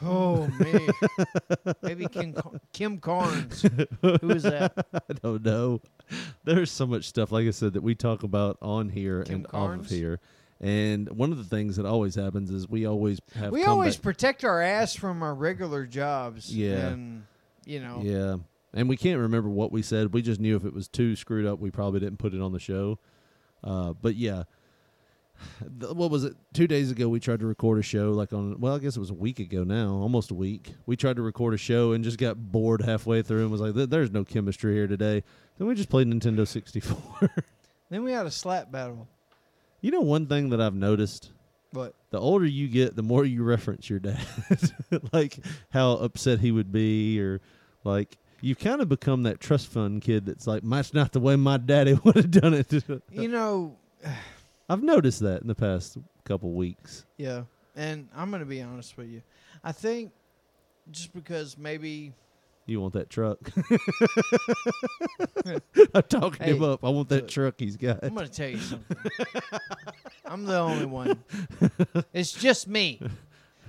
Speaker 6: Oh man, maybe Kim, Car- Kim Carnes. Who was that?
Speaker 7: I don't know. Oh, There's so much stuff, like I said, that we talk about on here
Speaker 6: Kim
Speaker 7: and off
Speaker 6: Carnes?
Speaker 7: of here. And one of the things that always happens is we always have.
Speaker 6: we
Speaker 7: comeback-
Speaker 6: always protect our ass from our regular jobs.
Speaker 7: Yeah.
Speaker 6: and, you know.
Speaker 7: yeah, and we can't remember what we said. We just knew if it was too screwed up, we probably didn't put it on the show. Uh, but yeah, Th- what was it? Two days ago, we tried to record a show. Like on, well, I guess it was a week ago now, almost a week. We tried to record a show and just got bored halfway through and was like, "There- "There's no chemistry here today." Then we just played Nintendo 64.
Speaker 6: Then we had a slap battle.
Speaker 7: you know, one thing that I've noticed:
Speaker 6: But
Speaker 7: the older you get, the more you reference your dad, like how upset he would be, or like. You've kind of become that trust fund kid that's like, that's not the way my daddy would have done it.
Speaker 6: you know,
Speaker 7: I've noticed that in the past couple weeks.
Speaker 6: yeah. And I'm gonna be honest with you. I think just because maybe
Speaker 7: You want that truck? I'm talking him
Speaker 6: Hey,
Speaker 7: up. I want that truck he's got.
Speaker 6: I'm gonna tell you something. I'm the only one. It's just me.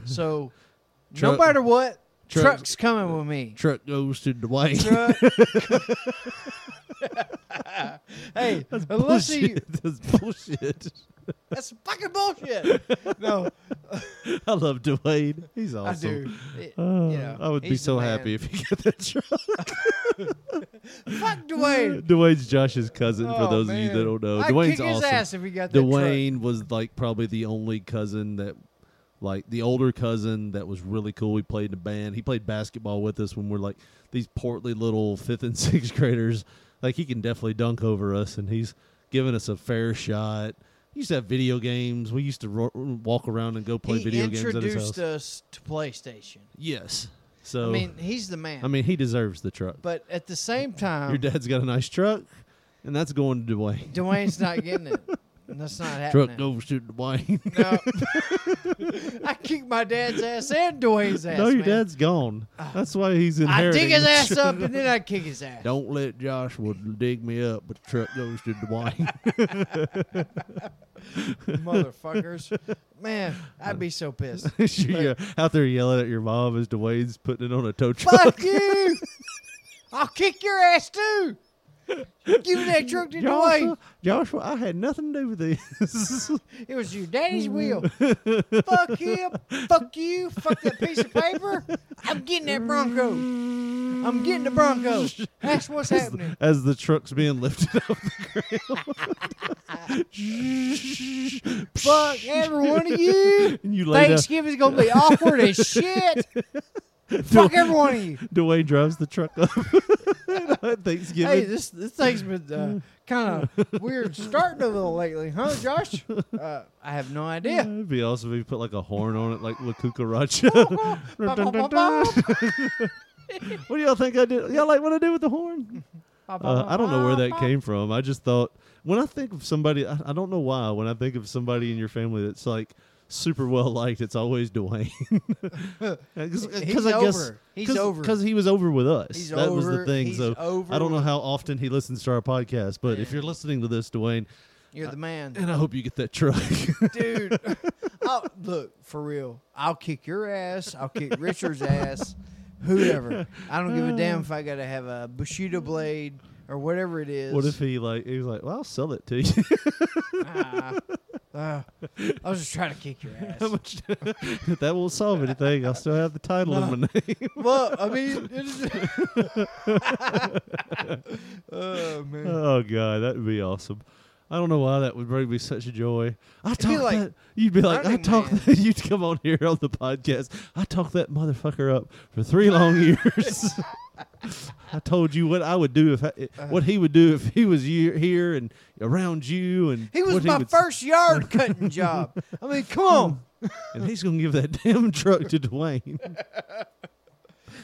Speaker 6: So
Speaker 7: Truck-
Speaker 6: no matter what,
Speaker 7: truck-
Speaker 6: truck's coming with me.
Speaker 7: Truck goes to Dwight.
Speaker 6: Truck. hey, unless you,
Speaker 7: bullshit. That's bullshit.
Speaker 6: that's fucking bullshit. No,
Speaker 7: I love Dwayne. He's awesome.
Speaker 6: I do. It-
Speaker 7: Oh,
Speaker 6: you know,
Speaker 7: I would be
Speaker 6: he's the
Speaker 7: so
Speaker 6: man.
Speaker 7: happy if he got that truck.
Speaker 6: Fuck Dwayne.
Speaker 7: Dwayne's Josh's cousin.
Speaker 6: Oh,
Speaker 7: for those of
Speaker 6: man.
Speaker 7: you that don't know,
Speaker 6: I'd
Speaker 7: Dwayne's
Speaker 6: kick his
Speaker 7: awesome.
Speaker 6: ass if he got that truck.
Speaker 7: Dwayne was like probably the only cousin that, like the older cousin that was really cool. We played in a band. He played basketball with us when we're like these portly little fifth and sixth graders. Like he can definitely dunk over us, and he's giving us a fair shot. He used to have video games. We used to ro- walk around and go play
Speaker 6: he
Speaker 7: video games at his house.
Speaker 6: introduced us to PlayStation.
Speaker 7: Yes. So
Speaker 6: I mean, he's the man.
Speaker 7: I mean, he deserves the truck.
Speaker 6: but at the same time,
Speaker 7: Your dad's got a nice truck, and that's going to Dwayne.
Speaker 6: Dwayne's not getting it. And that's not happening.
Speaker 7: Truck goes to Dwayne.
Speaker 6: No. I kicked my dad's ass and Dwayne's ass.
Speaker 7: no, your
Speaker 6: man.
Speaker 7: dad's gone. That's why he's
Speaker 6: I
Speaker 7: inheriting.
Speaker 6: dig his
Speaker 7: the
Speaker 6: ass
Speaker 7: truck.
Speaker 6: up and then I kick his ass.
Speaker 7: Don't let Joshua dig me up, but the truck goes to Dwayne.
Speaker 6: Motherfuckers. Man, I'd be so pissed.
Speaker 7: You're uh, out there yelling at your mom as Dwayne's putting it on a tow truck.
Speaker 6: Fuck you! I'll kick your ass too. Give me that truck to
Speaker 7: Joshua,
Speaker 6: Dwayne.
Speaker 7: Joshua, I had nothing to do with this.
Speaker 6: It was your daddy's wheel. Fuck him. Fuck you. Fuck that piece of paper. I'm getting that Bronco. I'm getting the Bronco. That's what's happening.
Speaker 7: as the truck's being lifted up the ground.
Speaker 6: Fuck every one of you.
Speaker 7: and you lay down.
Speaker 6: Thanksgiving's gonna be awkward as shit. Fuck every one of you.
Speaker 7: Dwayne drives the truck up at Thanksgiving.
Speaker 6: Hey, this this thing's been uh, kind of weird starting a little lately, huh, Josh? Uh, I have no idea.
Speaker 7: It'd be awesome if you put like a horn on it, like La Cucaracha. Dun, dun, dun, dun. what do y'all think I did? Y'all like what I did with the horn? Uh, I don't know where that came from. I just thought when I think of somebody, I, I don't know why. When I think of somebody in your family that's like super well liked, it's always Dwayne.
Speaker 6: He's
Speaker 7: Because
Speaker 6: over. He's over.
Speaker 7: Because he was over with us.
Speaker 6: He's
Speaker 7: that was the
Speaker 6: over.
Speaker 7: thing.
Speaker 6: He's
Speaker 7: so
Speaker 6: over
Speaker 7: I don't know
Speaker 6: with-
Speaker 7: how often he listens to our podcast, but if you're listening to this, Dwayne,
Speaker 6: You're the man,
Speaker 7: and I hope you get that truck.
Speaker 6: dude. I'll, look for real. I'll kick your ass. I'll kick Richard's ass. Whoever. I don't give a damn if I gotta have a Bushido blade or whatever it is.
Speaker 7: what if he like? He was like, "Well, I'll sell it to you."
Speaker 6: Ah, ah, I was just trying to kick your ass.
Speaker 7: How much- if that won't solve anything, I'll still have the title in my name.
Speaker 6: well, I mean, it's- oh man.
Speaker 7: oh god, that would be awesome. I don't know why that would bring me such joy. I
Speaker 6: be
Speaker 7: talk
Speaker 6: like
Speaker 7: that you'd be like, I
Speaker 6: Running
Speaker 7: talk
Speaker 6: Man.
Speaker 7: that you'd come on here on the podcast. I talked that motherfucker up for three long years. I told you what I would do if I,
Speaker 6: Uh-huh.
Speaker 7: what he would do if he was ye- here and around you and
Speaker 6: He was
Speaker 7: what
Speaker 6: my
Speaker 7: would s-
Speaker 6: first yard cutting job. I mean, come on.
Speaker 7: and he's gonna give that damn truck to Dwayne.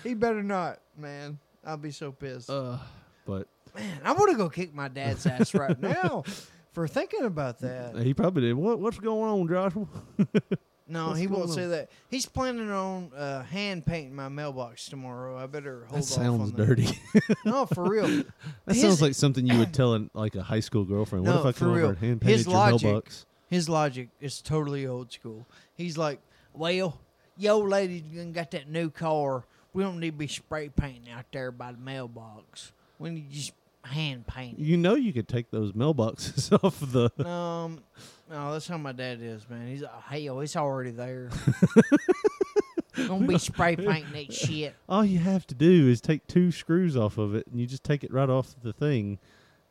Speaker 6: He better not, man. I'll be so
Speaker 7: Uh.
Speaker 6: pissed.
Speaker 7: But
Speaker 6: man, I want to go kick my dad's ass right now for thinking about that.
Speaker 7: he probably did. What what's going on, Joshua?
Speaker 6: No,
Speaker 7: What's
Speaker 6: he
Speaker 7: going
Speaker 6: won't
Speaker 7: on?
Speaker 6: say that. He's planning on uh, hand painting my mailbox tomorrow. I better hold off
Speaker 7: that sounds
Speaker 6: on
Speaker 7: dirty.
Speaker 6: That. No, for real.
Speaker 7: That
Speaker 6: His-
Speaker 7: sounds like something you would tell an, like a high school girlfriend.
Speaker 6: No,
Speaker 7: what if I
Speaker 6: for
Speaker 7: come
Speaker 6: real.
Speaker 7: over and hand
Speaker 6: His
Speaker 7: painted your
Speaker 6: logic-
Speaker 7: mailbox?
Speaker 6: His logic is totally old school. He's like, well, yo lady done got that new car. We don't need to be spray painting out there by the mailbox. We need to just hand paint
Speaker 7: You know you could take those mailboxes off the.
Speaker 6: it. Um, no, that's how my dad is, man. He's like, hell, it's already there. Gonna be spray painting that shit.
Speaker 7: All you have to do is take two screws off of it, and you just take it right off the thing,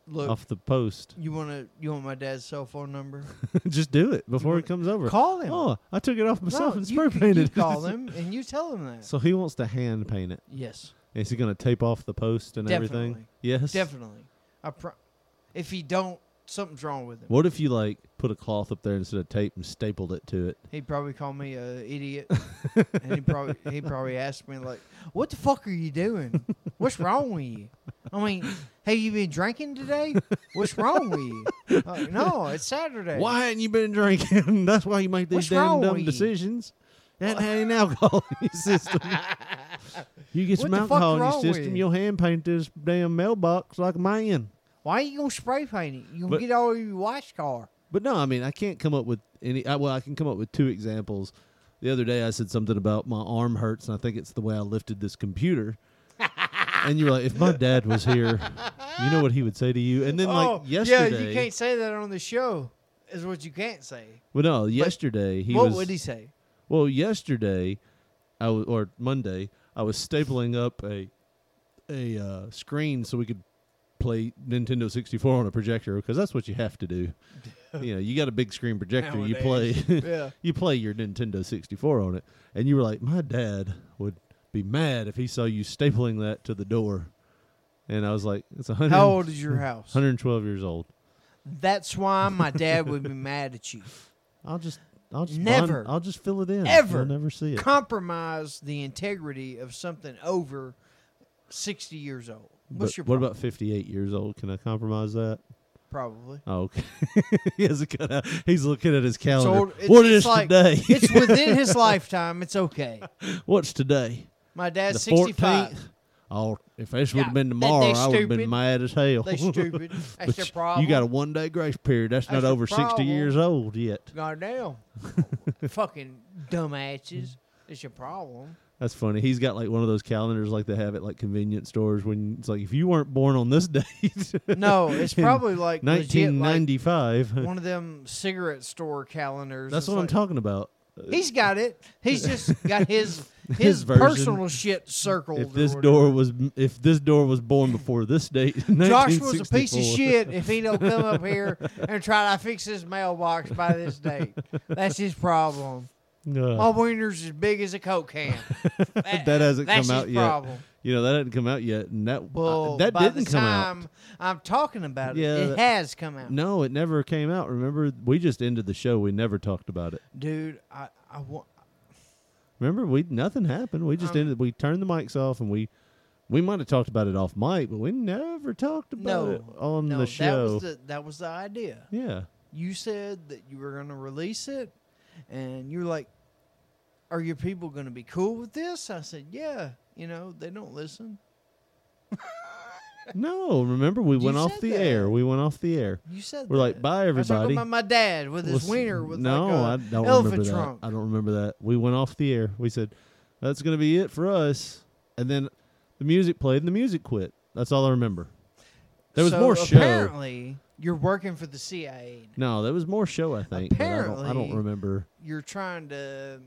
Speaker 6: Look,
Speaker 7: off the post.
Speaker 6: you wanna you want my dad's cell phone number?
Speaker 7: just do it before he comes over.
Speaker 6: Call him.
Speaker 7: Oh, I took it off myself
Speaker 6: No,
Speaker 7: and
Speaker 6: you-
Speaker 7: spray painted.
Speaker 6: You
Speaker 7: it.
Speaker 6: call him and you tell him that.
Speaker 7: so he wants to hand paint it.
Speaker 6: yes.
Speaker 7: Is he going to tape off the post and everything?
Speaker 6: Definitely.
Speaker 7: Yes.
Speaker 6: Definitely. I pro- if he don't, something's wrong with him.
Speaker 7: What if you like put a cloth up there instead of tape and stapled it to it?
Speaker 6: He'd probably call me a idiot, and he probably he probably asked me like, "What the fuck are you doing? What's wrong with you? I mean, have you been drinking today? What's wrong with you? Like, no, it's Saturday.
Speaker 7: Why hadn't you been drinking? That's why you make these
Speaker 6: What's
Speaker 7: damn
Speaker 6: wrong
Speaker 7: dumb
Speaker 6: with you?
Speaker 7: decisions. That ain't alcohol in your system. you get some
Speaker 6: What the fuck
Speaker 7: alcohol in your
Speaker 6: wrong with
Speaker 7: system,
Speaker 6: you?
Speaker 7: you'll hand paint this damn mailbox like a man.
Speaker 6: Why are you gonna spray paint it? You gonna
Speaker 7: But-
Speaker 6: get all over your wife's car?
Speaker 7: But no, I mean, I can't come up with any. I, well, I can come up with two examples. The other day, I said something about my arm hurts, and I think it's the way I lifted this computer. and you were like, if my dad was here, you know what he would say to you. And then, like, yesterday.
Speaker 6: Oh, yeah, you can't say that on the show. Is what you can't say.
Speaker 7: Well, no, yesterday, he
Speaker 6: what
Speaker 7: was.
Speaker 6: would he say?
Speaker 7: Well, yesterday, I w- or Monday, I was stapling up a a uh, screen so we could play Nintendo 64 on a projector because that's what you have to do. you know, you got a big screen projector, you play
Speaker 6: Yeah.
Speaker 7: you play your Nintendo 64 on it. And you were like, "My dad would be mad if he saw you stapling that to the door." And I was like, "It's 100
Speaker 6: How old is your house?
Speaker 7: 112 years old.
Speaker 6: That's why my dad would be mad at you.
Speaker 7: I'll just I'll just
Speaker 6: Never.
Speaker 7: I'll just fill it in.
Speaker 6: Ever.
Speaker 7: You'll never see it.
Speaker 6: Compromise the integrity of something over 60 years old. What's
Speaker 7: But
Speaker 6: your
Speaker 7: what
Speaker 6: problem?
Speaker 7: about 58 years old? Can I compromise that?
Speaker 6: Probably.
Speaker 7: Oh, okay. he has a cut out. He's looking at his
Speaker 6: It's
Speaker 7: calendar.
Speaker 6: old- it's-
Speaker 7: what
Speaker 6: it's
Speaker 7: is
Speaker 6: like-
Speaker 7: today?
Speaker 6: it's within his lifetime. It's okay.
Speaker 7: What's today?
Speaker 6: My dad's
Speaker 7: the
Speaker 6: 65.
Speaker 7: 14th? Oh, if this would
Speaker 6: Yeah,
Speaker 7: have been
Speaker 6: they- they
Speaker 7: tomorrow, I would have
Speaker 6: stupid.
Speaker 7: been mad as hell.
Speaker 6: They stupid. That's
Speaker 7: But
Speaker 6: their
Speaker 7: you-
Speaker 6: problem.
Speaker 7: You got a one day grace period. That's,
Speaker 6: That's
Speaker 7: not
Speaker 6: their
Speaker 7: over 60
Speaker 6: problem.
Speaker 7: years old yet.
Speaker 6: Goddamn. Fucking dumbasses. It's your problem.
Speaker 7: That's funny. He's got like one of those calendars like they have at like convenience stores when it's like, if you weren't born on this date,
Speaker 6: No, it's
Speaker 7: in
Speaker 6: probably like legit, like
Speaker 7: 1995.
Speaker 6: one of them cigarette store calendars.
Speaker 7: That's
Speaker 6: It's
Speaker 7: what I'm
Speaker 6: like-
Speaker 7: talking about.
Speaker 6: He's got it. He's just got his his,
Speaker 7: His version.
Speaker 6: personal shit circled.
Speaker 7: If
Speaker 6: or
Speaker 7: this
Speaker 6: whatever.
Speaker 7: door was if this door was born before this date,
Speaker 6: Josh was a piece of
Speaker 7: 1964.
Speaker 6: shit if he don't come up here and try to fix his mailbox by this date. That's his problem. My
Speaker 7: Uh,
Speaker 6: wiener's as big as a coke can. That,
Speaker 7: that hasn't
Speaker 6: that's
Speaker 7: come
Speaker 6: his
Speaker 7: out yet.
Speaker 6: Problem.
Speaker 7: You know that didn't come out yet, and that uh,
Speaker 6: Well,
Speaker 7: that
Speaker 6: by
Speaker 7: didn't
Speaker 6: the
Speaker 7: come
Speaker 6: time
Speaker 7: out.
Speaker 6: I'm talking about it,
Speaker 7: Yeah,
Speaker 6: it
Speaker 7: that-
Speaker 6: has come out.
Speaker 7: No, it never came out. Remember, we just ended the show. We never talked about it.
Speaker 6: Dude, I, I want.
Speaker 7: Remember, we nothing happened. We just
Speaker 6: Um,
Speaker 7: ended. We turned the mics off, and we we might have talked about it off mic, but we never talked about
Speaker 6: No,
Speaker 7: it on
Speaker 6: no,
Speaker 7: the
Speaker 6: That
Speaker 7: show.
Speaker 6: was the, that was the idea.
Speaker 7: yeah,
Speaker 6: you said that you were going to release it, and you were like, "Are your people going to be cool with this?" I said, "Yeah." You know, they don't listen.
Speaker 7: no. Remember, we
Speaker 6: You
Speaker 7: went off
Speaker 6: said
Speaker 7: the
Speaker 6: that.
Speaker 7: air. We went off the air.
Speaker 6: You said
Speaker 7: We're
Speaker 6: that.
Speaker 7: like, "Bye,
Speaker 6: I was talking
Speaker 7: everybody."
Speaker 6: about my dad with his
Speaker 7: Listen-
Speaker 6: wiener with
Speaker 7: no, I
Speaker 6: like a
Speaker 7: don't
Speaker 6: elephant
Speaker 7: remember that.
Speaker 6: trunk.
Speaker 7: I don't remember that. We went off the air. We said that's going to be it for us, and then the music played and the music quit. That's all I remember. There was
Speaker 6: So
Speaker 7: more show.
Speaker 6: Apparently, you're working for the CIA.
Speaker 7: No, there was more show. I think. but I don't, I
Speaker 6: Apparently-
Speaker 7: don't remember.
Speaker 6: You're trying to.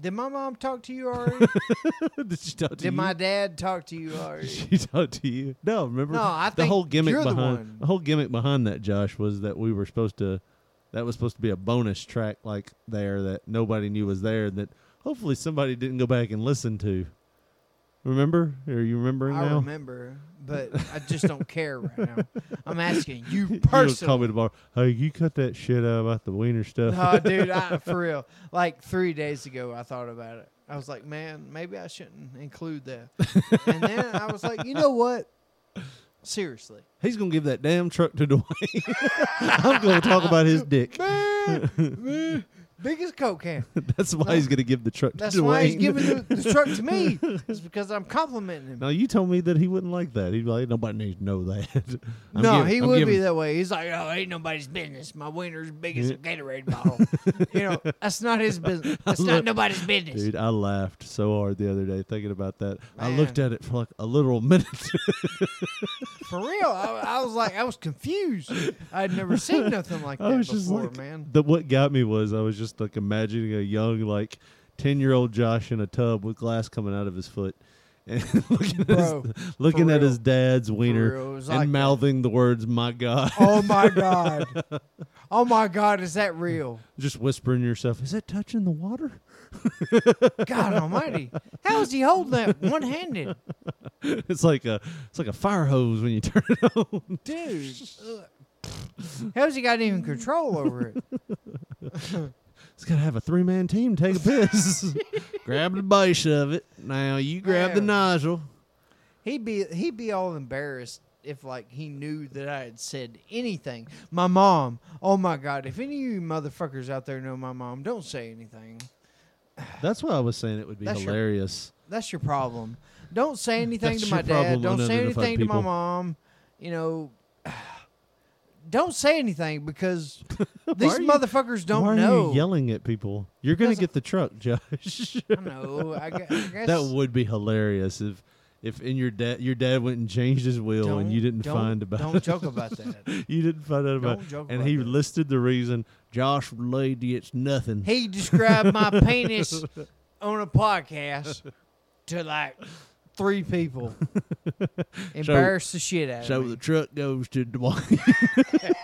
Speaker 6: Did my mom talk to you already?
Speaker 7: Did she talk to
Speaker 6: Did
Speaker 7: you?
Speaker 6: my dad talk to you already?
Speaker 7: she talk to you? No, remember
Speaker 6: No, I
Speaker 7: the
Speaker 6: think
Speaker 7: whole gimmick
Speaker 6: you're the
Speaker 7: behind
Speaker 6: one.
Speaker 7: whole gimmick behind that Josh was that we were supposed to that was supposed to be a bonus track like there that nobody knew was there that hopefully somebody didn't go back and listen to. Remember? Are you remembering
Speaker 6: I
Speaker 7: now?
Speaker 6: remember, but I just don't care right now. I'm asking you
Speaker 7: You'll call
Speaker 6: personally.
Speaker 7: me tomorrow. Hey, you cut that shit out about the wiener stuff.
Speaker 6: No, dude, I, for real. Like three days ago, I thought about it. I was like, man, maybe I shouldn't include that. and then I was like, you know what? Seriously,
Speaker 7: He's gonna give that damn truck to Dwayne. I'm gonna talk about his dick.
Speaker 6: biggest coke can.
Speaker 7: That's why he's gonna give the truck to
Speaker 6: That's
Speaker 7: Dwayne.
Speaker 6: why he's giving the, the truck to me. It's because I'm complimenting him.
Speaker 7: Now you told me that he wouldn't like that. He'd be like, nobody needs to know that. I'm
Speaker 6: no,
Speaker 7: giving-
Speaker 6: he
Speaker 7: I'm
Speaker 6: would be
Speaker 7: giving-
Speaker 6: that way. He's like, oh, ain't nobody's business. My winner's big as a Gatorade bottle. you know, that's not his business. That's not
Speaker 7: love-
Speaker 6: nobody's business.
Speaker 7: Dude, I laughed so hard the other day thinking about that. I
Speaker 6: Man.
Speaker 7: looked at it for like a literal minute.
Speaker 6: For real, I, I was like, I was confused. I'd never seen nothing like that
Speaker 7: I was just
Speaker 6: before,
Speaker 7: like,
Speaker 6: man.
Speaker 7: The, what got me was I was just like imagining a young like ten year old Josh in a tub with glass coming out of his foot. And looking at,
Speaker 6: Bro,
Speaker 7: his, looking
Speaker 6: for
Speaker 7: at
Speaker 6: real.
Speaker 7: his dad's wiener
Speaker 6: real, it was
Speaker 7: and
Speaker 6: like that.
Speaker 7: mouthing the words "My God,"
Speaker 6: Oh my god. Oh my god, is that real?
Speaker 7: just whispering to yourself, "Is that touching the water?"
Speaker 6: God almighty. How is he holding that one handed?
Speaker 7: It's like a it's like a fire hose when you turn it on.
Speaker 6: Dude. How's he got even control over it?
Speaker 7: It's gotta have a three man team take a piss. grab the base of it. Now you grab the
Speaker 6: Man.
Speaker 7: nozzle.
Speaker 6: He'd be he'd be all embarrassed if like he knew that I had said anything. My mom, oh my god, if any of you motherfuckers out there know my mom, don't say anything.
Speaker 7: That's why I was saying it would be
Speaker 6: That's your-
Speaker 7: hilarious.
Speaker 6: That's your problem. Don't say anything
Speaker 7: Hmm. That's
Speaker 6: to my
Speaker 7: your problem,
Speaker 6: dad. Don't say
Speaker 7: unidentified
Speaker 6: anything to my
Speaker 7: people.
Speaker 6: mom. You know, don't say anything because these
Speaker 7: are you-
Speaker 6: motherfuckers don't
Speaker 7: why are
Speaker 6: know.
Speaker 7: you yelling at people? You're gonna
Speaker 6: Because-
Speaker 7: get the truck, Josh.
Speaker 6: I know. I, gu- I guess
Speaker 7: that would be hilarious if if in your dad your dad went and changed his will
Speaker 6: don't,
Speaker 7: and you didn't
Speaker 6: don't-
Speaker 7: find about
Speaker 6: Don't
Speaker 7: it.
Speaker 6: joke about that.
Speaker 7: you didn't find out about
Speaker 6: Don't
Speaker 7: it.
Speaker 6: joke
Speaker 7: and
Speaker 6: about
Speaker 7: he
Speaker 6: that.
Speaker 7: listed the reason Josh relayed it's nothing.
Speaker 6: He described my penis on a podcast to like three people. Embarrass the shit out
Speaker 7: So
Speaker 6: of
Speaker 7: the
Speaker 6: me.
Speaker 7: truck goes to Dwayne.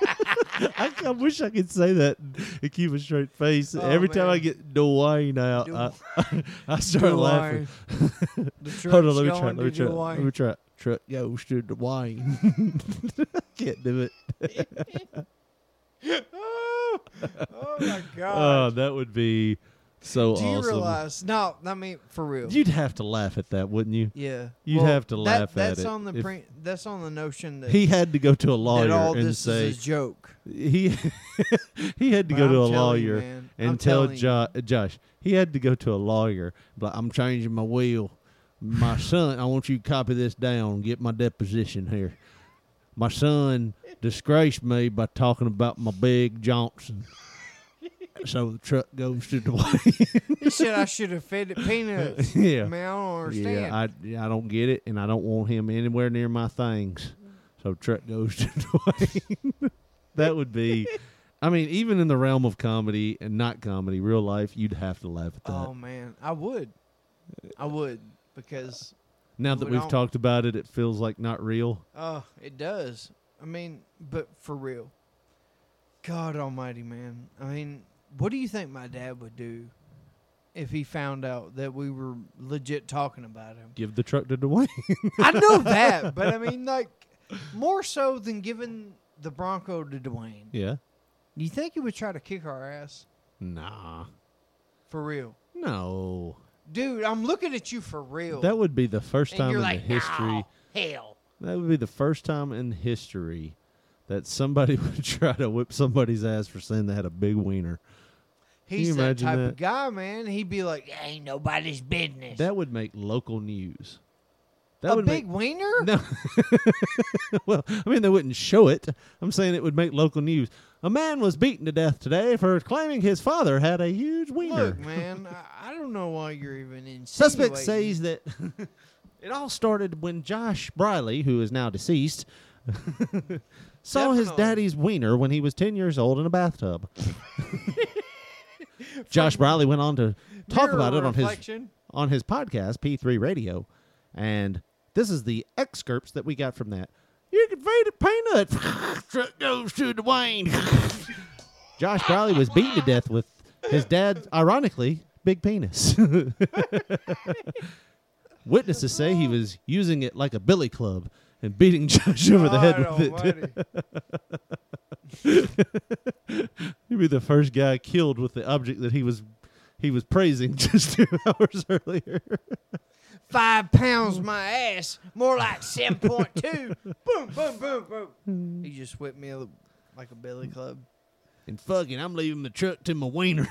Speaker 7: I, I wish I could say that and keep a straight face.
Speaker 6: Oh,
Speaker 7: Every time I
Speaker 6: man.
Speaker 7: get Dwayne out, I, I start laughing.
Speaker 6: Dwayne. The
Speaker 7: Hold on, let me
Speaker 6: truck's
Speaker 7: try.
Speaker 6: going
Speaker 7: Let
Speaker 6: to
Speaker 7: me try.
Speaker 6: Dwayne.
Speaker 7: Let me try. Truck goes to Dwayne. Can't do it.
Speaker 6: oh, oh my god!
Speaker 7: Oh, that would be so
Speaker 6: Do you
Speaker 7: awesome.
Speaker 6: realize? No, I mean for real.
Speaker 7: You'd have to laugh at that, wouldn't you?
Speaker 6: yeah,
Speaker 7: you'd
Speaker 6: Well,
Speaker 7: have to
Speaker 6: that-
Speaker 7: laugh at
Speaker 6: That's
Speaker 7: it.
Speaker 6: on the
Speaker 7: If-
Speaker 6: pre- that's on the notion that
Speaker 7: He had to go to a
Speaker 6: that
Speaker 7: lawyer
Speaker 6: all
Speaker 7: and
Speaker 6: this
Speaker 7: say
Speaker 6: is a joke.
Speaker 7: he he had to
Speaker 6: But
Speaker 7: go
Speaker 6: I'm
Speaker 7: to a
Speaker 6: telling you,
Speaker 7: lawyer
Speaker 6: man.
Speaker 7: and
Speaker 6: I'm
Speaker 7: tell
Speaker 6: telling
Speaker 7: jo- Josh he had to go to a lawyer. But I'm changing my will. My son, I want you to copy this down. Get my deposition here. My son disgraced me by talking about my big Johnson. so the truck goes to Dwayne.
Speaker 6: He said I should have fed it peanuts. I
Speaker 7: Yeah.
Speaker 6: mean, I don't understand.
Speaker 7: Yeah, I, yeah, I don't get it, and I don't want him anywhere near my things. So truck goes to Dwayne. that would be, I mean, even in the realm of comedy and not comedy, real life, you'd have to laugh at that.
Speaker 6: oh man, I would, I would because
Speaker 7: now that
Speaker 6: we
Speaker 7: we've
Speaker 6: don't-
Speaker 7: talked about it, it feels like not real.
Speaker 6: uh, it does. I mean, but for real, God Almighty, man. I mean, what do you think my dad would do if he found out that we were legit talking about him?
Speaker 7: Give the truck to Dwayne.
Speaker 6: I know that, but I mean, like, more so than giving the Bronco to Dwayne.
Speaker 7: yeah.
Speaker 6: You think he would try to kick our ass
Speaker 7: Nah.
Speaker 6: for real,
Speaker 7: No.
Speaker 6: dude? I'm looking at you for real.
Speaker 7: That would be the first
Speaker 6: And
Speaker 7: time
Speaker 6: you're
Speaker 7: in
Speaker 6: like,
Speaker 7: the history.
Speaker 3: Hell.
Speaker 7: That would be the first time in history that somebody would try to whip somebody's ass for saying they had a big wiener. you
Speaker 6: He's that
Speaker 7: imagine
Speaker 6: type
Speaker 7: that?
Speaker 6: of guy, man. He'd be like, "Yeah,
Speaker 3: Ain't nobody's business.
Speaker 7: That would make local news. That
Speaker 6: a
Speaker 7: would
Speaker 6: big
Speaker 7: make
Speaker 6: wiener?
Speaker 7: no. well, I mean they wouldn't show it. I'm saying it would make local news. A man was beaten to death today for claiming his father had a huge wiener.
Speaker 6: Look, man, I, I don't know why you're even in.
Speaker 7: Suspect says that it all started when Josh Briley, who is now deceased, saw his
Speaker 6: Definitely.
Speaker 7: daddy's wiener when he was 10 years old in a bathtub. Josh Briley went on to talk about it on his on his podcast P3 Radio, and this is the excerpts that we got from that. You can feed it peanut. Truck goes to Dwayne. Josh Briley was beaten to death with his dad, ironically, big penis. Witnesses say he was using it like a billy club and beating Josh over the head with it. He'd be the first guy killed with the object that he was he was praising just two hours earlier.
Speaker 6: Five pounds my ass, more like seven point two. boom, boom, boom, boom. He just whipped me like a billy club.
Speaker 7: And fucking, I'm leaving the truck to my wiener.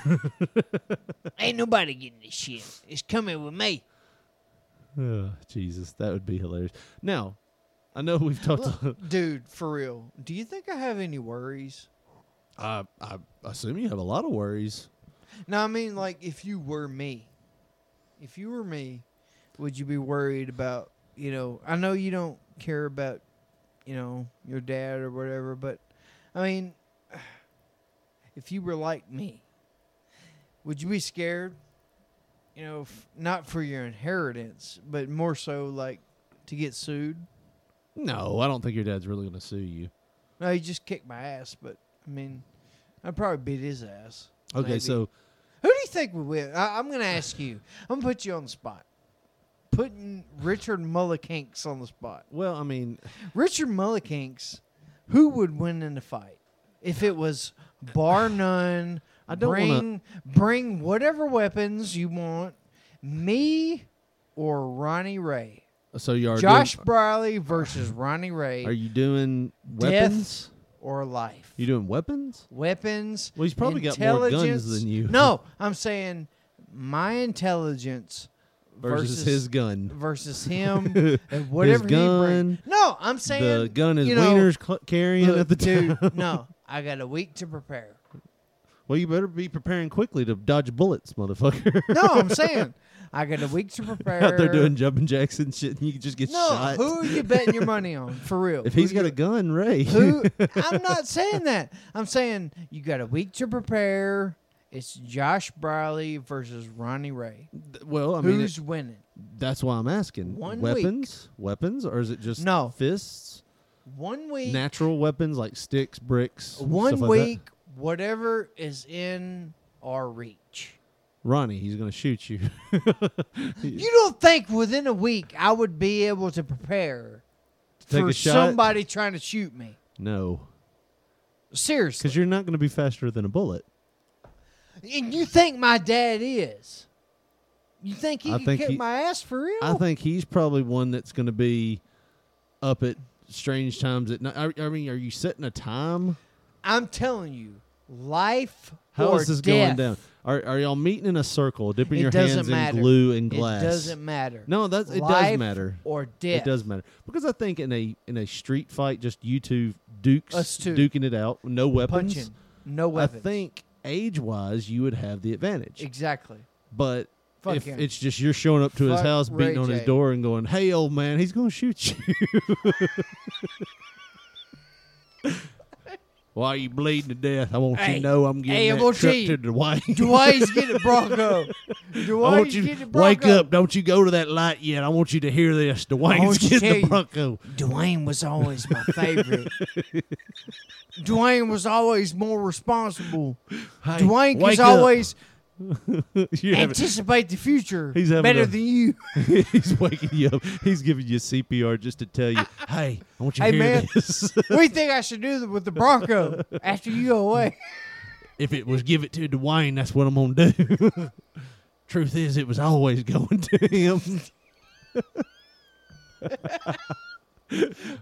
Speaker 3: Ain't nobody getting this shit. It's coming with me.
Speaker 7: oh, Jesus, that would be hilarious. Now, I know we've talked. a-
Speaker 6: Dude, for real. Do you think I have any worries?
Speaker 7: I, I assume you have a lot of worries.
Speaker 6: No, I mean like if you were me. If you were me, would you be worried about, you know, I know you don't care about, you know, your dad or whatever, but I mean if you were like me, would you be scared? You know, f- not for your inheritance, but more so like to get sued.
Speaker 7: No, I don't think your dad's really going to sue you.
Speaker 6: No, he just kicked my ass, but I mean, I'd probably beat his ass.
Speaker 7: Okay,
Speaker 6: maybe.
Speaker 7: so
Speaker 6: Who do you think would win? I, I'm going to ask you. I'm going to put you on the spot. Putting Richard Mullikinks on the spot.
Speaker 7: well, I mean,
Speaker 6: Richard Mullikinks, who would win in the fight? If it was bar none,
Speaker 7: I don't
Speaker 6: bring,
Speaker 7: wanna-
Speaker 6: bring whatever weapons you want, me or Ronnie Ray.
Speaker 7: so you are
Speaker 6: Josh
Speaker 7: Doing,
Speaker 6: Briley versus Ronnie Ray
Speaker 7: are you doing
Speaker 6: Death.
Speaker 7: weapons?
Speaker 6: or life.
Speaker 7: You doing weapons?
Speaker 6: weapons.
Speaker 7: Well, he's probably got more guns
Speaker 6: intelligence-
Speaker 7: than you.
Speaker 6: No, I'm saying my intelligence
Speaker 7: Versus, his gun.
Speaker 6: versus him and whatever he
Speaker 7: gun,
Speaker 6: brings. No, I'm saying
Speaker 7: the gun is
Speaker 6: you know,
Speaker 7: Wiener's cl- carrying
Speaker 6: look,
Speaker 7: at the time.
Speaker 6: dude. no, I got a week to prepare.
Speaker 7: Well, you better be preparing quickly to dodge bullets, motherfucker.
Speaker 6: No, I'm saying I got a week to prepare.
Speaker 7: Out there doing jumping jacks and shit, and you just get
Speaker 6: no.
Speaker 7: shot.
Speaker 6: Who are you betting your money on for real?
Speaker 7: if he's
Speaker 6: Who you-
Speaker 7: got a gun, Ray.
Speaker 6: Who? I'm not saying that. I'm saying you got a week to prepare. It's Josh Briley versus Ronnie Ray.
Speaker 7: Th- Well, I mean, it-
Speaker 6: Who's winning?
Speaker 7: that's why I'm asking.
Speaker 6: One week.
Speaker 7: weapons, weapons, or is it just
Speaker 6: No.
Speaker 7: fists?
Speaker 6: One week,
Speaker 7: Natural weapons like sticks, bricks.
Speaker 6: one
Speaker 7: stuff like that?
Speaker 6: week, whatever is in our reach.
Speaker 7: Ronnie, he's gonna shoot you.
Speaker 6: You don't think within a week I would be able to prepare
Speaker 7: take
Speaker 6: for
Speaker 7: a shot?
Speaker 6: somebody trying to shoot me?
Speaker 7: no,
Speaker 6: Seriously.
Speaker 7: because you're not gonna be faster than a bullet.
Speaker 6: and you think my dad is. You think he
Speaker 7: I
Speaker 6: could
Speaker 7: think
Speaker 6: kick
Speaker 7: he-
Speaker 6: my ass for real?
Speaker 7: I think he's probably one that's gonna be up at strange times at night. I, I mean, are you setting a time?
Speaker 6: I'm telling you, life
Speaker 7: How
Speaker 6: or
Speaker 7: is this
Speaker 6: death,
Speaker 7: going down? Are, are y'all meeting in a circle, dipping
Speaker 6: It
Speaker 7: your
Speaker 6: doesn't
Speaker 7: hands
Speaker 6: matter.
Speaker 7: in glue and glass?
Speaker 6: It doesn't matter.
Speaker 7: No, that's it
Speaker 6: Life
Speaker 7: does matter.
Speaker 6: Or death.
Speaker 7: It does matter because I think in a in a street fight, just you two dukes
Speaker 6: Us two.
Speaker 7: duking it out, no weapons.
Speaker 6: Punching. No weapons.
Speaker 7: I think age wise, you would have the advantage.
Speaker 6: exactly.
Speaker 7: But
Speaker 6: Fuck
Speaker 7: if
Speaker 6: him.
Speaker 7: it's just you're showing up to his
Speaker 6: Fuck
Speaker 7: house, beating
Speaker 6: Ray
Speaker 7: on his
Speaker 6: J.
Speaker 7: door, and going, "Hey, old man, he's gonna shoot you." Why are you bleeding to death? I want you
Speaker 3: Hey.
Speaker 7: to know I'm getting
Speaker 3: Hey, I'm
Speaker 7: that
Speaker 3: gonna
Speaker 7: trip
Speaker 3: tell you.
Speaker 7: to Dwight.
Speaker 6: Dwayne's getting Bronco.
Speaker 7: I want
Speaker 6: Dwayne's
Speaker 7: you
Speaker 6: getting
Speaker 7: to wake
Speaker 6: Bronco.
Speaker 7: up. Don't you go to that light yet. I want you to hear this. Dwayne's
Speaker 6: want you to
Speaker 7: getting the
Speaker 6: tell
Speaker 7: Bronco.
Speaker 6: Dwayne was always my favorite. Dwayne was always more responsible.
Speaker 7: Hey,
Speaker 6: Dwayne
Speaker 7: wake
Speaker 6: can
Speaker 7: up.
Speaker 6: always
Speaker 7: You haven't-
Speaker 6: anticipate the future
Speaker 7: He's having
Speaker 6: better
Speaker 7: a-
Speaker 6: than you.
Speaker 7: he's waking you up. He's giving you CPR just to tell you, hey, I want you
Speaker 6: Hey,
Speaker 7: to hear
Speaker 6: man.
Speaker 7: this.
Speaker 6: we think I should do that with the Bronco after you go away.
Speaker 7: if it was give it to Dwayne, that's what I'm gonna do. Truth is, it was always going to him.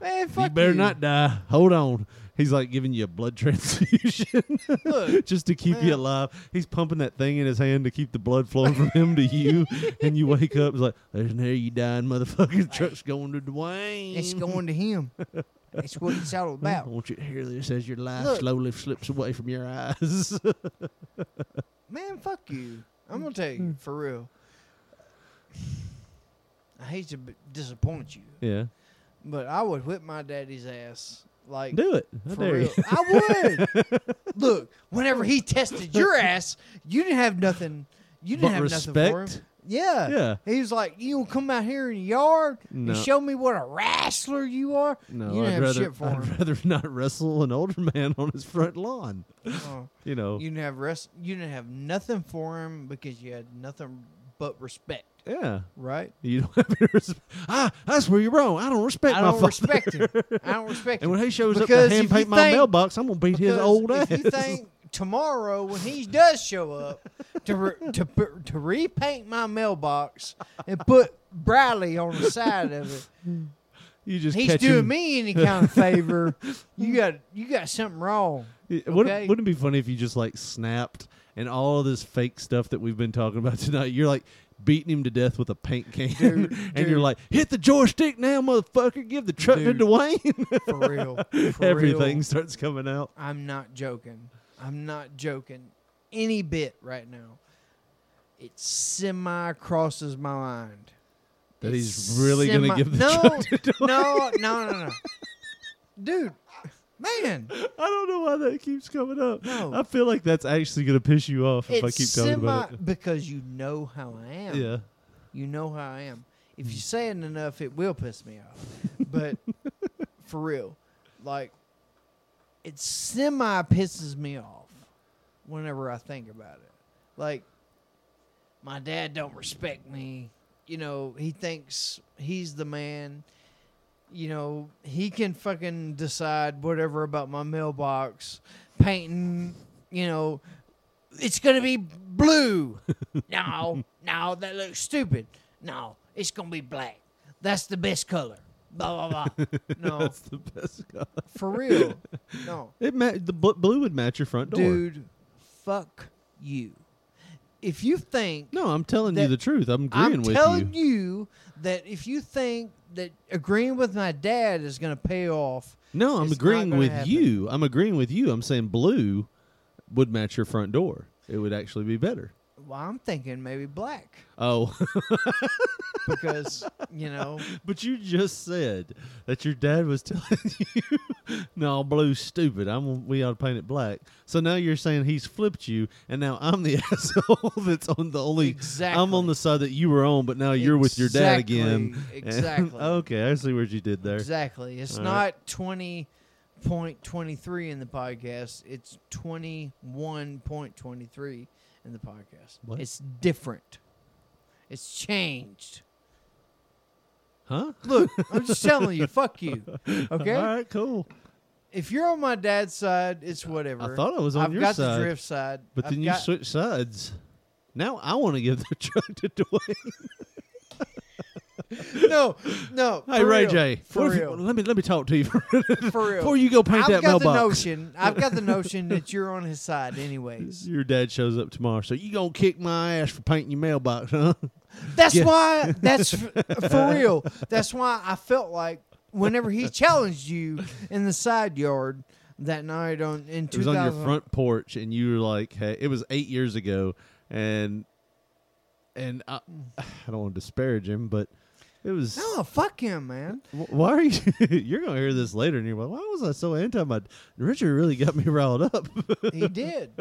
Speaker 6: Man, fuck
Speaker 7: you better not die. Hold on. He's like giving you a blood transfusion just to keep you alive. He's pumping that thing in his hand to keep the blood flowing from him to you. And you wake up, it's like, there's an air you dying motherfucker. The truck's going to Dwayne.
Speaker 6: It's going to him. That's what it's all
Speaker 7: I
Speaker 6: about.
Speaker 7: want you to hear this as your life
Speaker 6: Look.
Speaker 7: slowly slips away from your eyes.
Speaker 6: Man, fuck you. I'm gonna tell you for real. I hate to b- disappoint you,
Speaker 7: yeah.
Speaker 6: but I would whip my daddy's ass like
Speaker 7: Do it. I
Speaker 6: for
Speaker 7: dare
Speaker 6: real.
Speaker 7: you.
Speaker 6: I would. Look, whenever he tested your ass, you didn't have nothing. You didn't
Speaker 7: But
Speaker 6: have nothing for him.
Speaker 7: respect?
Speaker 6: Yeah.
Speaker 7: Yeah.
Speaker 6: He was like, "You gonna come out here in the yard
Speaker 7: No.
Speaker 6: and show me what a wrestler you are."
Speaker 7: No,
Speaker 6: you didn't
Speaker 7: I'd
Speaker 6: have
Speaker 7: rather
Speaker 6: shit for
Speaker 7: I'd
Speaker 6: him.
Speaker 7: rather not wrestle an older man on his front lawn.
Speaker 6: Oh.
Speaker 7: You know.
Speaker 6: You didn't have rest. You didn't have nothing for him because you had nothing but respect,
Speaker 7: yeah.
Speaker 6: right?
Speaker 7: You don't have any respect. Ah, that's where you're wrong. I don't respect
Speaker 6: I
Speaker 7: my
Speaker 6: don't
Speaker 7: father.
Speaker 6: respect him. I don't respect
Speaker 7: And
Speaker 6: him.
Speaker 7: when he shows up
Speaker 6: Because
Speaker 7: to hand
Speaker 6: if you
Speaker 7: paint my
Speaker 6: think-
Speaker 7: mailbox, I'm gonna beat his
Speaker 6: Because
Speaker 7: old ass.
Speaker 6: if you think tomorrow when he does show up to re- to put- to repaint my mailbox and put Bradley on the side of it,
Speaker 7: You just
Speaker 6: he's
Speaker 7: catch
Speaker 6: doing
Speaker 7: him.
Speaker 6: me any kind of favor. You got you got something wrong.
Speaker 7: It- Wouldn't,
Speaker 6: okay?
Speaker 7: wouldn't it be funny if you just like snapped and all of this fake stuff that we've been talking about tonight? You're like beating him to death with a paint can,
Speaker 6: Dude,
Speaker 7: and
Speaker 6: dude.
Speaker 7: you're like, "Hit the joystick now, motherfucker! Give the truck
Speaker 6: Dude.
Speaker 7: to Dwayne."
Speaker 6: For real, for
Speaker 7: Everything
Speaker 6: real.
Speaker 7: starts coming out.
Speaker 6: I'm not joking. I'm not joking any bit right now. It semi crosses my mind
Speaker 7: That
Speaker 6: It
Speaker 7: he's really gonna give the
Speaker 6: no,
Speaker 7: truck to Dwayne.
Speaker 6: no, no, no, no, dude, man.
Speaker 7: I don't know why that keeps coming up.
Speaker 6: No.
Speaker 7: I feel like that's actually gonna piss you off if
Speaker 6: It's
Speaker 7: I keep talking about it.
Speaker 6: because you know how I am.
Speaker 7: Yeah. Mm.
Speaker 6: You know how I am. If you say it enough, it will piss me off. But for real, like it semi pisses me off whenever I think about it. Like my dad don't respect me. You know, he thinks he's the man. You know, he can fucking decide whatever about my mailbox, painting, you know, it's gonna be blue. no, no, that looks stupid. No, it's gonna be black. That's the best color. Blah blah blah. No,
Speaker 7: That's the best guy.
Speaker 6: for real. No,
Speaker 7: It ma- the bl- blue would match your front door.
Speaker 6: dude, fuck you. If you think
Speaker 7: No, I'm telling you
Speaker 6: That-
Speaker 7: the truth. I'm agreeing
Speaker 6: I'm
Speaker 7: with
Speaker 6: telling you. that if you think that agreeing with my dad is gonna pay off,
Speaker 7: No, I'm
Speaker 6: It's not
Speaker 7: agreeing
Speaker 6: gonna
Speaker 7: with
Speaker 6: happen.
Speaker 7: you. I'm agreeing with you. I'm saying blue would match your front door. It would actually be better.
Speaker 6: Well, I'm thinking maybe black
Speaker 7: Oh,
Speaker 6: because you know
Speaker 7: but you just said that your dad was telling you, "No, blue's stupid. I'm we ought to paint it black." So now you're saying he's flipped you, and now I'm the asshole that's on the only. I'm on
Speaker 6: Exactly.
Speaker 7: the side that you were on, but now you're with your dad again.
Speaker 6: Exactly,
Speaker 7: And-
Speaker 6: exactly.
Speaker 7: okay, I see what you did there.
Speaker 6: exactly. It's
Speaker 7: All
Speaker 6: not
Speaker 7: right.
Speaker 6: twenty point twenty three in the podcast. It's twenty one point twenty three in the podcast.
Speaker 7: What?
Speaker 6: It's different. It's changed.
Speaker 7: Huh?
Speaker 6: Look, I'm just telling you. Fuck you. Okay.
Speaker 7: All right. Cool.
Speaker 6: If you're on my dad's side, it's whatever.
Speaker 7: thought I was on
Speaker 6: I've
Speaker 7: your
Speaker 6: got
Speaker 7: side,
Speaker 6: the drift side,
Speaker 7: But
Speaker 6: I've
Speaker 7: then you
Speaker 6: got-
Speaker 7: switch sides. Now I want to give the truck to Dwayne.
Speaker 6: No, no.
Speaker 7: Hey
Speaker 6: for
Speaker 7: Ray
Speaker 6: real,
Speaker 7: J,
Speaker 6: For
Speaker 7: what if you-
Speaker 6: real.
Speaker 7: let me let me talk to you for,
Speaker 6: For real.
Speaker 7: before you go paint
Speaker 6: I've
Speaker 7: that
Speaker 6: got
Speaker 7: mailbox.
Speaker 6: the notion. I've got the notion that you're on his side, anyways.
Speaker 7: Your dad shows up tomorrow, so you gonna kick my ass for painting your mailbox, huh?
Speaker 6: That's why. That's f- for real. That's why I felt like whenever he challenged you in the side yard that night on in
Speaker 7: It
Speaker 6: two
Speaker 7: was on your
Speaker 6: thousand.
Speaker 7: front porch, and you were like, "Hey, it was eight years ago," and and I, I don't want to disparage him, but it was.
Speaker 6: No, fuck him, man.
Speaker 7: Wh- Why are you? you're gonna hear this later, and you're like, "Why was I so anti my?" Richard really got me riled up.
Speaker 6: He did.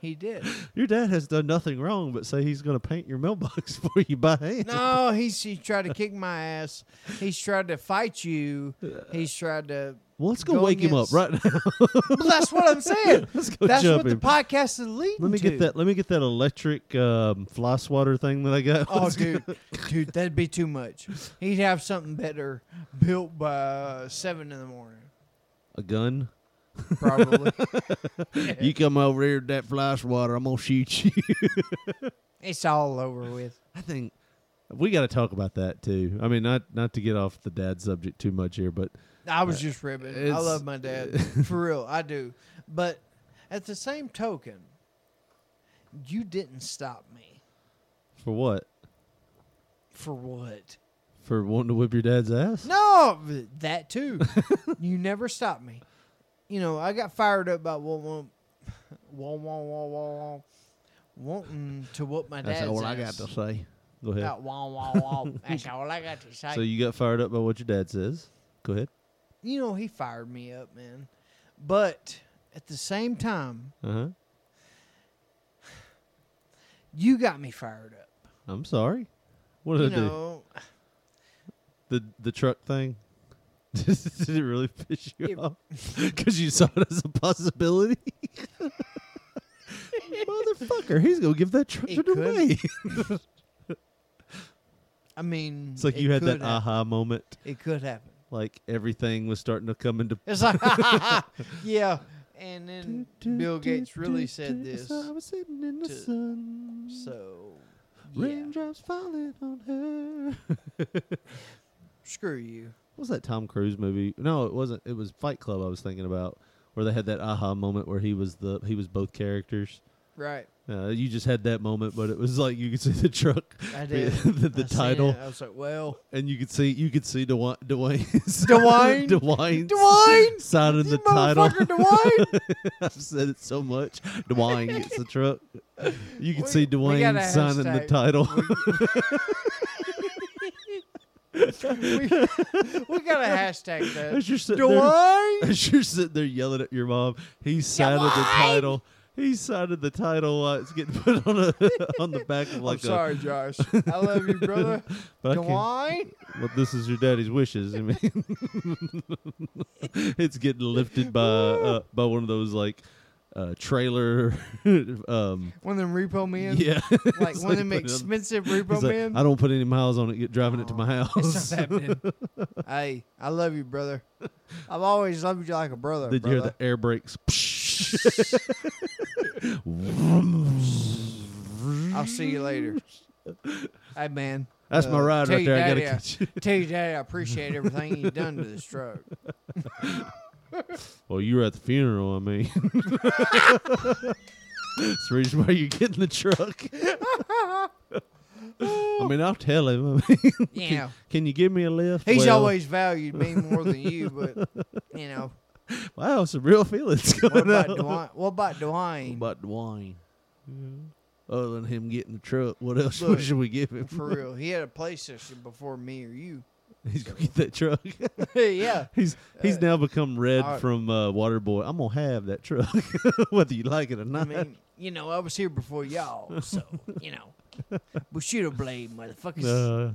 Speaker 6: He did.
Speaker 7: your dad has done nothing wrong, but say he's gonna paint your mailbox for you by hand.
Speaker 6: No, he's he tried to kick my ass. He's tried to fight you. He's tried to.
Speaker 7: Well, let's go
Speaker 6: Go
Speaker 7: wake him up
Speaker 6: against-
Speaker 7: right now.
Speaker 6: Well, that's what I'm saying.
Speaker 7: let's go
Speaker 6: That's
Speaker 7: jump
Speaker 6: what the
Speaker 7: him.
Speaker 6: podcast is leading.
Speaker 7: Let me
Speaker 6: to.
Speaker 7: get that. Let me get that electric um, fly swatter thing that I got.
Speaker 6: Oh,
Speaker 7: Let's go-
Speaker 6: dude, dude, that'd be too much. He'd have something better built by uh, seven in the morning,
Speaker 7: a gun.
Speaker 6: probably.
Speaker 7: You come over here with that fly swatter, I'm gonna shoot you.
Speaker 6: it's all over with.
Speaker 7: I think we got to talk about that too. I mean, not not to get off the dad subject too much here, but
Speaker 6: I was just ribbing. I
Speaker 7: Uh, It's-
Speaker 6: love my dad for real. I do, but at the same token, you didn't stop me
Speaker 7: for what?
Speaker 6: for what?
Speaker 7: For wanting to whip your dad's ass?
Speaker 6: No, that too. you never stopped me. You know, I got fired up by whoa, whoa, whoa, whoa, whoa, whoa, wanting to whoop my
Speaker 7: that's
Speaker 6: dad's
Speaker 7: all I
Speaker 6: ass.
Speaker 7: got to say. Go ahead.
Speaker 6: That wah, wah, wah. That's all I got to say.
Speaker 7: So you got fired up by what your dad says? Go ahead.
Speaker 6: you know, he fired me up, man. But at the same time,
Speaker 7: Uh huh.
Speaker 6: you got me fired up.
Speaker 7: I'm sorry. What
Speaker 6: You
Speaker 7: did I do?
Speaker 6: know,
Speaker 7: The the truck thing. Did it really piss you
Speaker 6: It-
Speaker 7: off? Because you saw it as a possibility. Motherfucker, he's gonna give that truck
Speaker 6: It
Speaker 7: to
Speaker 6: could.
Speaker 7: Dwayne.
Speaker 6: I mean,
Speaker 7: It's like
Speaker 6: it
Speaker 7: you had that
Speaker 6: could happen.
Speaker 7: aha moment.
Speaker 6: It could happen.
Speaker 7: Like everything was starting to come into.
Speaker 6: It's like, yeah. And then Bill Gates really said this.
Speaker 7: I was sitting in the
Speaker 6: to-
Speaker 7: sun.
Speaker 6: So, yeah.
Speaker 7: Raindrops falling on her.
Speaker 6: Screw you.
Speaker 7: What was that Tom Cruise movie? No, it wasn't. It was Fight Club. I was thinking about where they had that aha moment where he was the he was both characters.
Speaker 6: Right.
Speaker 7: Uh, you just had that moment, but it was like you could see the truck,
Speaker 6: I did.
Speaker 7: the, the
Speaker 6: I seen
Speaker 7: title,
Speaker 6: it. I was like, well,
Speaker 7: and you could see you could see Dwayne Dwayne's
Speaker 6: Dwayne?
Speaker 7: Dwayne's
Speaker 6: Dwayne?
Speaker 7: side of
Speaker 6: you
Speaker 7: the title.
Speaker 6: motherfucker, Dwayne.
Speaker 7: I've said it so much. Dwayne gets the truck. You can
Speaker 6: We-
Speaker 7: see
Speaker 6: we got a
Speaker 7: Dwayne signing the
Speaker 6: hashtag.
Speaker 7: title.
Speaker 6: we got a hashtag
Speaker 7: as
Speaker 6: that.
Speaker 7: you're sitting there,
Speaker 6: Dwayne.
Speaker 7: as you're sitting there yelling at your mom, he signed the title. He signed the title. Uh, it's getting put on a on the back of like
Speaker 6: I'm sorry, Josh. I love you, brother.
Speaker 7: a. But I can't-
Speaker 6: Dwayne.
Speaker 7: well, this is your daddy's wishes. I mean, it's getting lifted by uh, by one of those like uh, trailer. um,
Speaker 6: One of them repo men.
Speaker 7: yeah,
Speaker 6: Like
Speaker 7: It's
Speaker 6: one of them
Speaker 7: put it on-
Speaker 6: expensive
Speaker 7: He's
Speaker 6: repo
Speaker 7: like,
Speaker 6: men.
Speaker 7: I don't put any miles on it. Get driving it to my
Speaker 6: Oh, It's
Speaker 7: house.
Speaker 6: not happening. hey, I love you, brother. I've always loved you like a brother.
Speaker 7: Did you hear the
Speaker 6: brother.
Speaker 7: air brakes?
Speaker 6: I'll see you later. hey, man.
Speaker 7: That's my ride
Speaker 6: Uh, tell
Speaker 7: right
Speaker 6: your
Speaker 7: there. I gotta
Speaker 6: daddy I-
Speaker 7: catch you.
Speaker 6: Tell you, Daddy, I appreciate everything you've done to this truck.
Speaker 7: Well, you were at the funeral. I mean, it's the reason why you get in the truck. I mean, I'll tell him. I mean,
Speaker 6: Yeah.
Speaker 7: can you give me a lift?
Speaker 6: He's
Speaker 7: Well,
Speaker 6: always valued me more than you, but, you know,
Speaker 7: wow, some real feelings
Speaker 6: what
Speaker 7: going
Speaker 6: about
Speaker 7: on.
Speaker 6: Dwayne? What about Dwayne?
Speaker 7: About Dwayne. Other than him getting the truck, what else
Speaker 6: Look.
Speaker 7: should we give him?
Speaker 6: For real, he had a play session before me or you.
Speaker 7: He's gonna get that truck.
Speaker 6: yeah,
Speaker 7: he's
Speaker 6: Uh,
Speaker 7: he's now become red
Speaker 6: all right.
Speaker 7: from uh, Waterboy. I'm gonna have that truck, whether you like it or
Speaker 3: I
Speaker 7: not.
Speaker 3: mean, you know, I was here before y'all, so you know, Bushido blade, motherfuckers.
Speaker 7: Uh,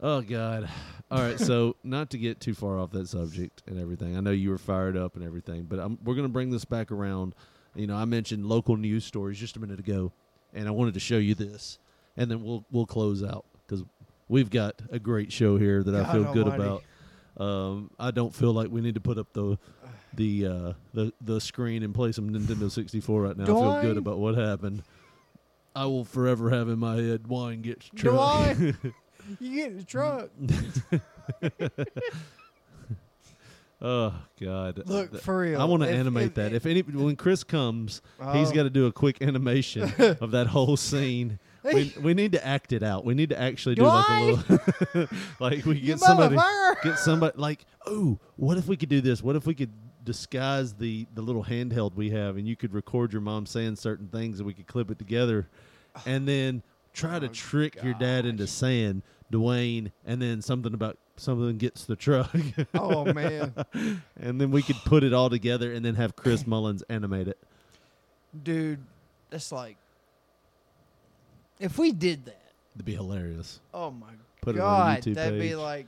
Speaker 7: oh God! All right, so not to get too far off that subject and everything. I know you were fired up and everything, but i we're gonna bring this back around. You know, I mentioned local news stories just a minute ago, and I wanted to show you this, and then we'll we'll close out because we've got a great show here that I
Speaker 6: God
Speaker 7: feel good
Speaker 6: almighty.
Speaker 7: about. Um, I don't feel like we need to put up the the uh, the the screen and play some Nintendo 64 right now. I feel
Speaker 6: Dwight.
Speaker 7: good about what happened. I will forever have in my head wine gets drunk.
Speaker 6: Dwight, you get in the truck.
Speaker 7: Oh God!
Speaker 6: Look,
Speaker 7: Th-
Speaker 6: for real,
Speaker 7: I want to
Speaker 6: if-
Speaker 7: animate
Speaker 6: if-
Speaker 7: that. If any, when Chris comes, he's
Speaker 6: Oh.
Speaker 7: got to do a quick animation of that whole scene. We, we need to act it out. We need to actually do like a little, like we
Speaker 6: You
Speaker 7: get somebody,
Speaker 6: motherfucker!
Speaker 7: get somebody like, oh, what if we could do this? What if we could disguise the the little handheld we have, and you could record your mom saying certain things, and we could clip it together, and then try
Speaker 6: Oh,
Speaker 7: to trick your dad into saying Dwayne, and then something about something gets the truck.
Speaker 6: Oh man,
Speaker 7: and then we could put it all together and then have Chris Mullins animate it.
Speaker 6: dude, that's like if we did that.
Speaker 7: It'd be hilarious.
Speaker 6: Oh my
Speaker 7: Put it on
Speaker 6: god,
Speaker 7: the YouTube
Speaker 6: that'd be
Speaker 7: page.
Speaker 6: like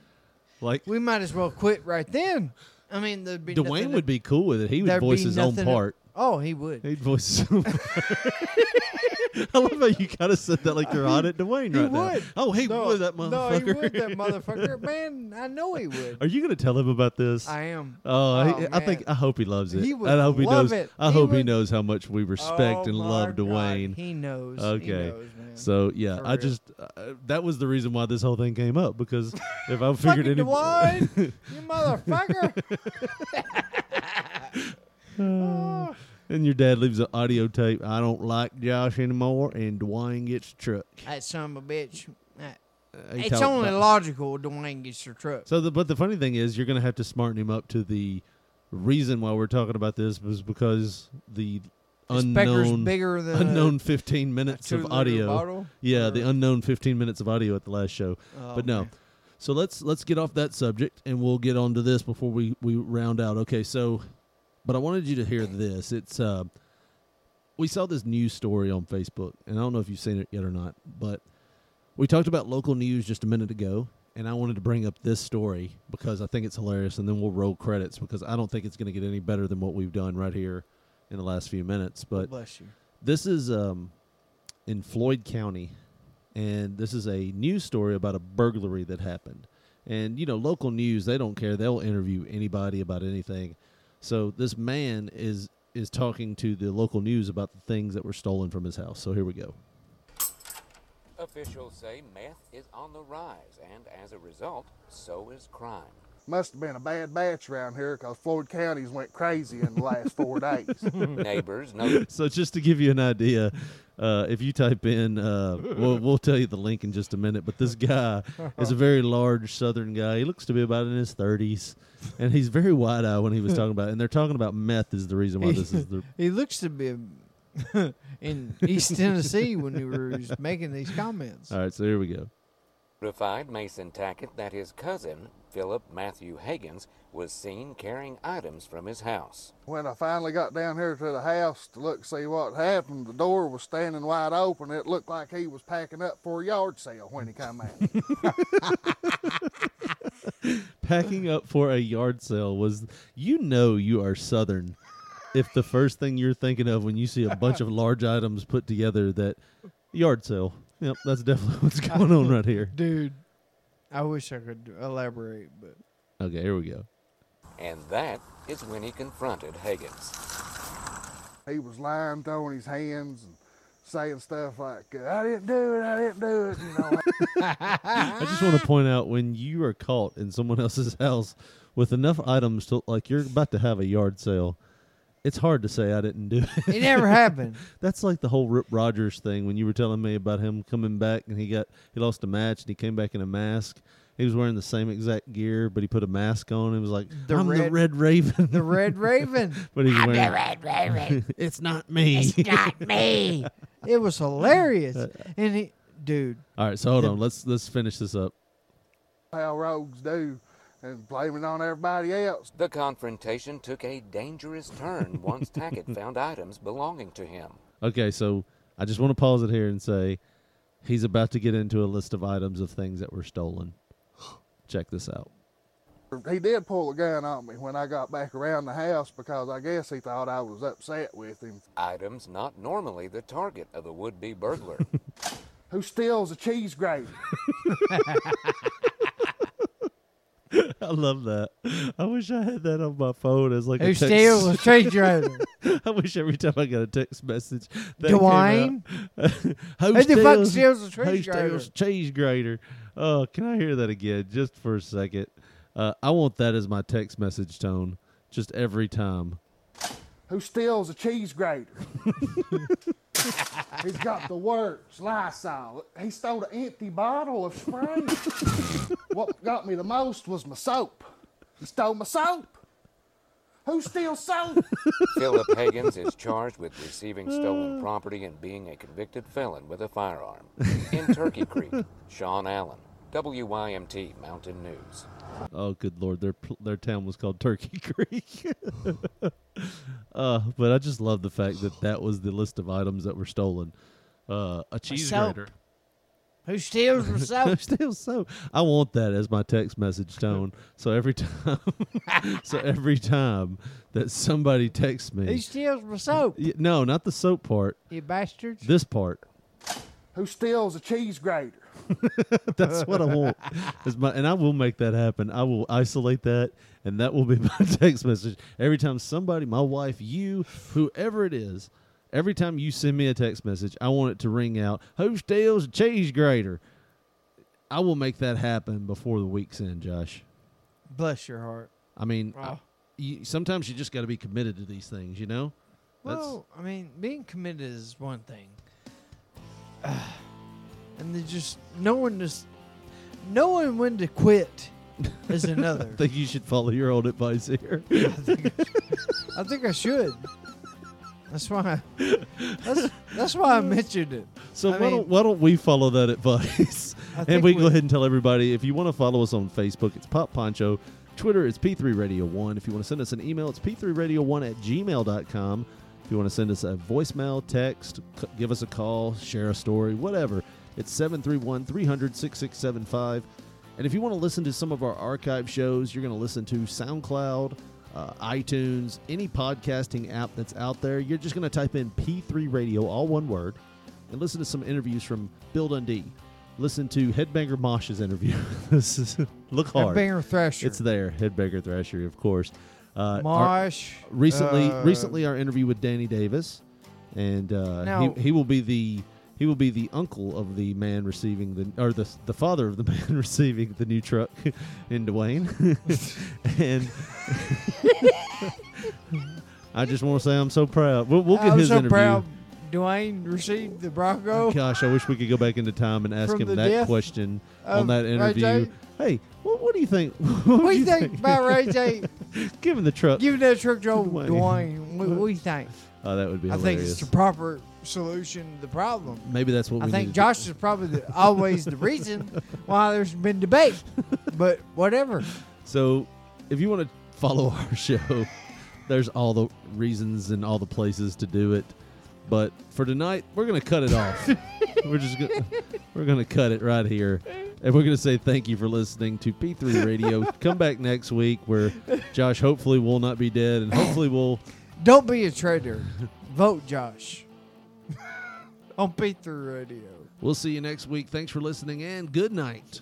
Speaker 7: Like
Speaker 6: we might as well quit right then. I mean, there'd be
Speaker 7: Dwayne would be cool with it. He would voice his own part.
Speaker 6: Oh, he would.
Speaker 7: He'd voice his own part. I love how you kind of said that like you're on it, Dwayne,
Speaker 6: He
Speaker 7: right
Speaker 6: would.
Speaker 7: now. Oh, he
Speaker 6: no,
Speaker 7: would that motherfucker.
Speaker 6: No, he would that motherfucker. Man, I know he would.
Speaker 7: Are you gonna tell him about this?
Speaker 6: I am.
Speaker 7: Oh,
Speaker 6: Oh,
Speaker 7: he- I think
Speaker 6: man.
Speaker 7: I hope he loves it.
Speaker 6: He would
Speaker 7: I hope he
Speaker 6: love
Speaker 7: knows.
Speaker 6: it.
Speaker 7: I
Speaker 6: He
Speaker 7: hope he
Speaker 6: would-
Speaker 7: knows how much we respect
Speaker 6: Oh
Speaker 7: and
Speaker 6: my
Speaker 7: love
Speaker 6: God,
Speaker 7: Dwayne.
Speaker 6: He knows. He
Speaker 7: Okay.
Speaker 6: knows, man.
Speaker 7: So yeah,
Speaker 6: For
Speaker 7: I
Speaker 6: real.
Speaker 7: just uh, that was the reason why this whole thing came up because if I figured
Speaker 6: Fucking
Speaker 7: any
Speaker 6: Dwayne, you motherfucker.
Speaker 7: and your dad leaves an audio tape, I don't like Josh anymore, and Dwayne gets a truck.
Speaker 6: that son of a bitch. That-
Speaker 7: Uh, he
Speaker 6: It's
Speaker 7: talked
Speaker 6: only
Speaker 7: about-
Speaker 6: logical Dwayne gets your truck.
Speaker 7: So, the, but the funny thing is, you're gonna have to smarten him up to the reason why we're talking about this was because the
Speaker 6: His pecker's
Speaker 7: unknown
Speaker 6: bigger than a-
Speaker 7: unknown 15 minutes
Speaker 6: two-liter
Speaker 7: of audio.
Speaker 6: bottle? Oh,
Speaker 7: Yeah,
Speaker 6: Or-
Speaker 7: the unknown 15 minutes of audio at the last show. but no. So let's let's get off that subject and we'll get on to this before we we round out. Okay, so but I wanted you to hear this. It's uh we saw this news story on Facebook and I don't know if you've seen it yet or not, but we talked about local news just a minute ago and I wanted to bring up this story because I think it's hilarious and then we'll roll credits because I don't think it's going to get any better than what we've done right here in the last few minutes, but
Speaker 6: Bless you.
Speaker 7: this is um, in Floyd County, and this is a news story about a burglary that happened. And you know, local news they don't care; they'll interview anybody about anything. So this man is is talking to the local news about the things that were stolen from his house. So here we go.
Speaker 9: Officials say meth is on the rise, and as a result, so is crime.
Speaker 10: Must have been a bad batch around here because Floyd counties went crazy in the last four days.
Speaker 9: Neighbors notice
Speaker 7: So just to give you an idea, uh, if you type in, uh, we'll, we'll tell you the link in just a minute. But this guy is a very large Southern guy. He looks to be about in his thirties, and he's very wide eyed when he was talking about. It. And they're talking about meth is the reason why this is the.
Speaker 6: He looks to be in East Tennessee when he was making these comments.
Speaker 7: All right, so here we go.
Speaker 9: notified Mason Tackett that his cousin, Philip Matthew Higgins, was seen carrying items from his house.
Speaker 10: when I finally got down here to the house to look see what happened, the door was standing wide open. It looked like he was packing up for a yard sale when he come out.
Speaker 7: Packing up for a yard sale was, you know, you are Southern. If the first thing you're thinking of when you see a bunch of large items put together, that yard sale. Yep, that's definitely what's going on right here.
Speaker 6: Dude, I wish I could elaborate, but
Speaker 7: Okay, here we go.
Speaker 9: And that is when he confronted Higgins.
Speaker 10: he was lying, throwing his hands and saying stuff like, I didn't do it, I didn't do it, you know.
Speaker 7: I just want to point out when you are caught in someone else's house with enough items to like you're about to have a yard sale It's hard to say I didn't do it.
Speaker 6: It never happened.
Speaker 7: That's like the whole Rip Rogers thing when you were telling me about him coming back and he got he lost a match and he came back in a mask. He was wearing the same exact gear, but he put a mask on. It was like
Speaker 6: The
Speaker 7: I'm the
Speaker 6: red-
Speaker 7: Red Raven.
Speaker 6: The Red Raven.
Speaker 7: but he's wearing it's not me.
Speaker 6: It was hilarious. And he, dude,
Speaker 7: All right, so hold on. Let's let's finish this up.
Speaker 10: how rogues do and blame it on everybody else.
Speaker 9: The confrontation took a dangerous turn once Tackett found items belonging to him.
Speaker 7: Okay, so I just want to pause it here and say he's about to get into a list of items of things that were stolen. Check this out.
Speaker 10: He did pull a gun on me when I got back around the house because I guess he thought I was upset with him.
Speaker 9: Items not normally the target of a would be burglar.
Speaker 10: Who steals a cheese grater?
Speaker 7: I love that. I wish I had that on my phone as like a
Speaker 6: who
Speaker 7: text.
Speaker 6: steals a street driver?
Speaker 7: I wish every time I got a text message. That
Speaker 6: Dwayne?
Speaker 7: came out. who
Speaker 6: Who the fuck
Speaker 7: steals-
Speaker 6: steals a
Speaker 7: who
Speaker 6: cheese grater?
Speaker 7: steals cheese grater? Oh, can I hear that again just for a second? Uh, I want that as my text message tone just every time.
Speaker 10: Who steals a cheese grater? He's got the works, Lysol. He stole an empty bottle of spray. what got me the most was my soap. He stole my soap. Who steals soap?
Speaker 9: Philip Higgins is charged with receiving stolen property and being a convicted felon with a firearm. In Turkey Creek, Sean Allen, WYMT Mountain News.
Speaker 7: Oh, good lord, their pl- their town was called Turkey Creek. uh, but I just love the fact that that was the list of items that were stolen. Uh, a cheese
Speaker 3: soap.
Speaker 7: grater.
Speaker 3: Who steals herself?
Speaker 7: Still so. I want that as my text message tone. so every time, so every time that somebody texts
Speaker 6: Who
Speaker 7: me,
Speaker 6: steals my soap?
Speaker 7: Y- no, not the soap part.
Speaker 6: You bastards.
Speaker 7: This part.
Speaker 10: Who steals a cheese grater?
Speaker 7: That's what I want. Is my and I will make that happen. I will isolate that, and that will be my text message every time somebody, my wife, you, whoever it is, every time you send me a text message, I want it to ring out. Who steals a cheese grater? I will make that happen before the week's end, Josh.
Speaker 6: Bless your heart.
Speaker 7: I mean, I-
Speaker 6: Wow.
Speaker 7: you, sometimes you just got to be committed to these things, you know. That's-
Speaker 6: Well, I mean, being committed is one thing, Ah, and then just knowing this, knowing when to quit is another.
Speaker 7: I think you should follow your own advice here.
Speaker 6: I think I should. That's why. That's that's why I mentioned it.
Speaker 7: So
Speaker 6: I
Speaker 7: why
Speaker 6: mean-
Speaker 7: don't why don't we follow that advice?
Speaker 6: I
Speaker 7: and
Speaker 6: think
Speaker 7: we go
Speaker 6: we-
Speaker 7: ahead and tell everybody if you want to follow us on Facebook, it's Pop Poncho. Twitter, it's P3 Radio 1. If you want to send us an email, it's P3 Radio 1 at gmail.com. If you want to send us a voicemail, text, c- give us a call, share a story, whatever, it's 731 300 6675. And if you want to listen to some of our archive shows, you're going to listen to SoundCloud, uh, iTunes, any podcasting app that's out there. You're just going to type in P3 Radio, all one word, and listen to some interviews from Bill Dundee. Listen to Headbanger Mosh's interview. this is look hard.
Speaker 6: Banger Thrasher.
Speaker 7: It's there, Headbanger Thrasher, of course. Uh, our-
Speaker 6: Marsh.
Speaker 7: recently,
Speaker 6: uh,
Speaker 7: recently, our interview with Danny Davis, and uh,
Speaker 6: Now-
Speaker 7: he, he will be the he will be the uncle of the man receiving the or the the father of the man receiving the new truck in Dwayne, and. I just want to say I'm so proud. We'll, we'll get
Speaker 6: I'm
Speaker 7: his
Speaker 6: so
Speaker 7: interview.
Speaker 6: proud. Dwayne received the Bronco.
Speaker 7: Gosh, I wish we could go back into time and ask
Speaker 6: Oh. From
Speaker 7: him
Speaker 6: the
Speaker 7: that
Speaker 6: death
Speaker 7: question on
Speaker 6: of
Speaker 7: that interview.
Speaker 6: Ray J.
Speaker 7: Hey, what, what do you think? What,
Speaker 6: What do you think about Ray J?
Speaker 7: Give him the truck.
Speaker 6: Giving that truck to old
Speaker 7: Dwayne.
Speaker 6: Dwayne. What, what do you think?
Speaker 7: oh, that would be
Speaker 6: I
Speaker 7: hilarious.
Speaker 6: think it's the proper solution to the problem.
Speaker 7: Maybe that's what
Speaker 6: I
Speaker 7: we
Speaker 6: think
Speaker 7: need
Speaker 6: Josh is probably the, always the reason why there's been debate, but whatever.
Speaker 7: So, if you want to follow our show, there's all the reasons and all the places to do it. But for tonight, we're gonna cut it off. we're just gonna, we're gonna cut it right here, and we're gonna say thank you for listening to P3 Radio. Come back next week where Josh hopefully will not be dead, and hopefully we'll.
Speaker 6: Don't be a traitor. Vote Josh on P3 Radio.
Speaker 7: We'll see you next week. Thanks for listening and good night.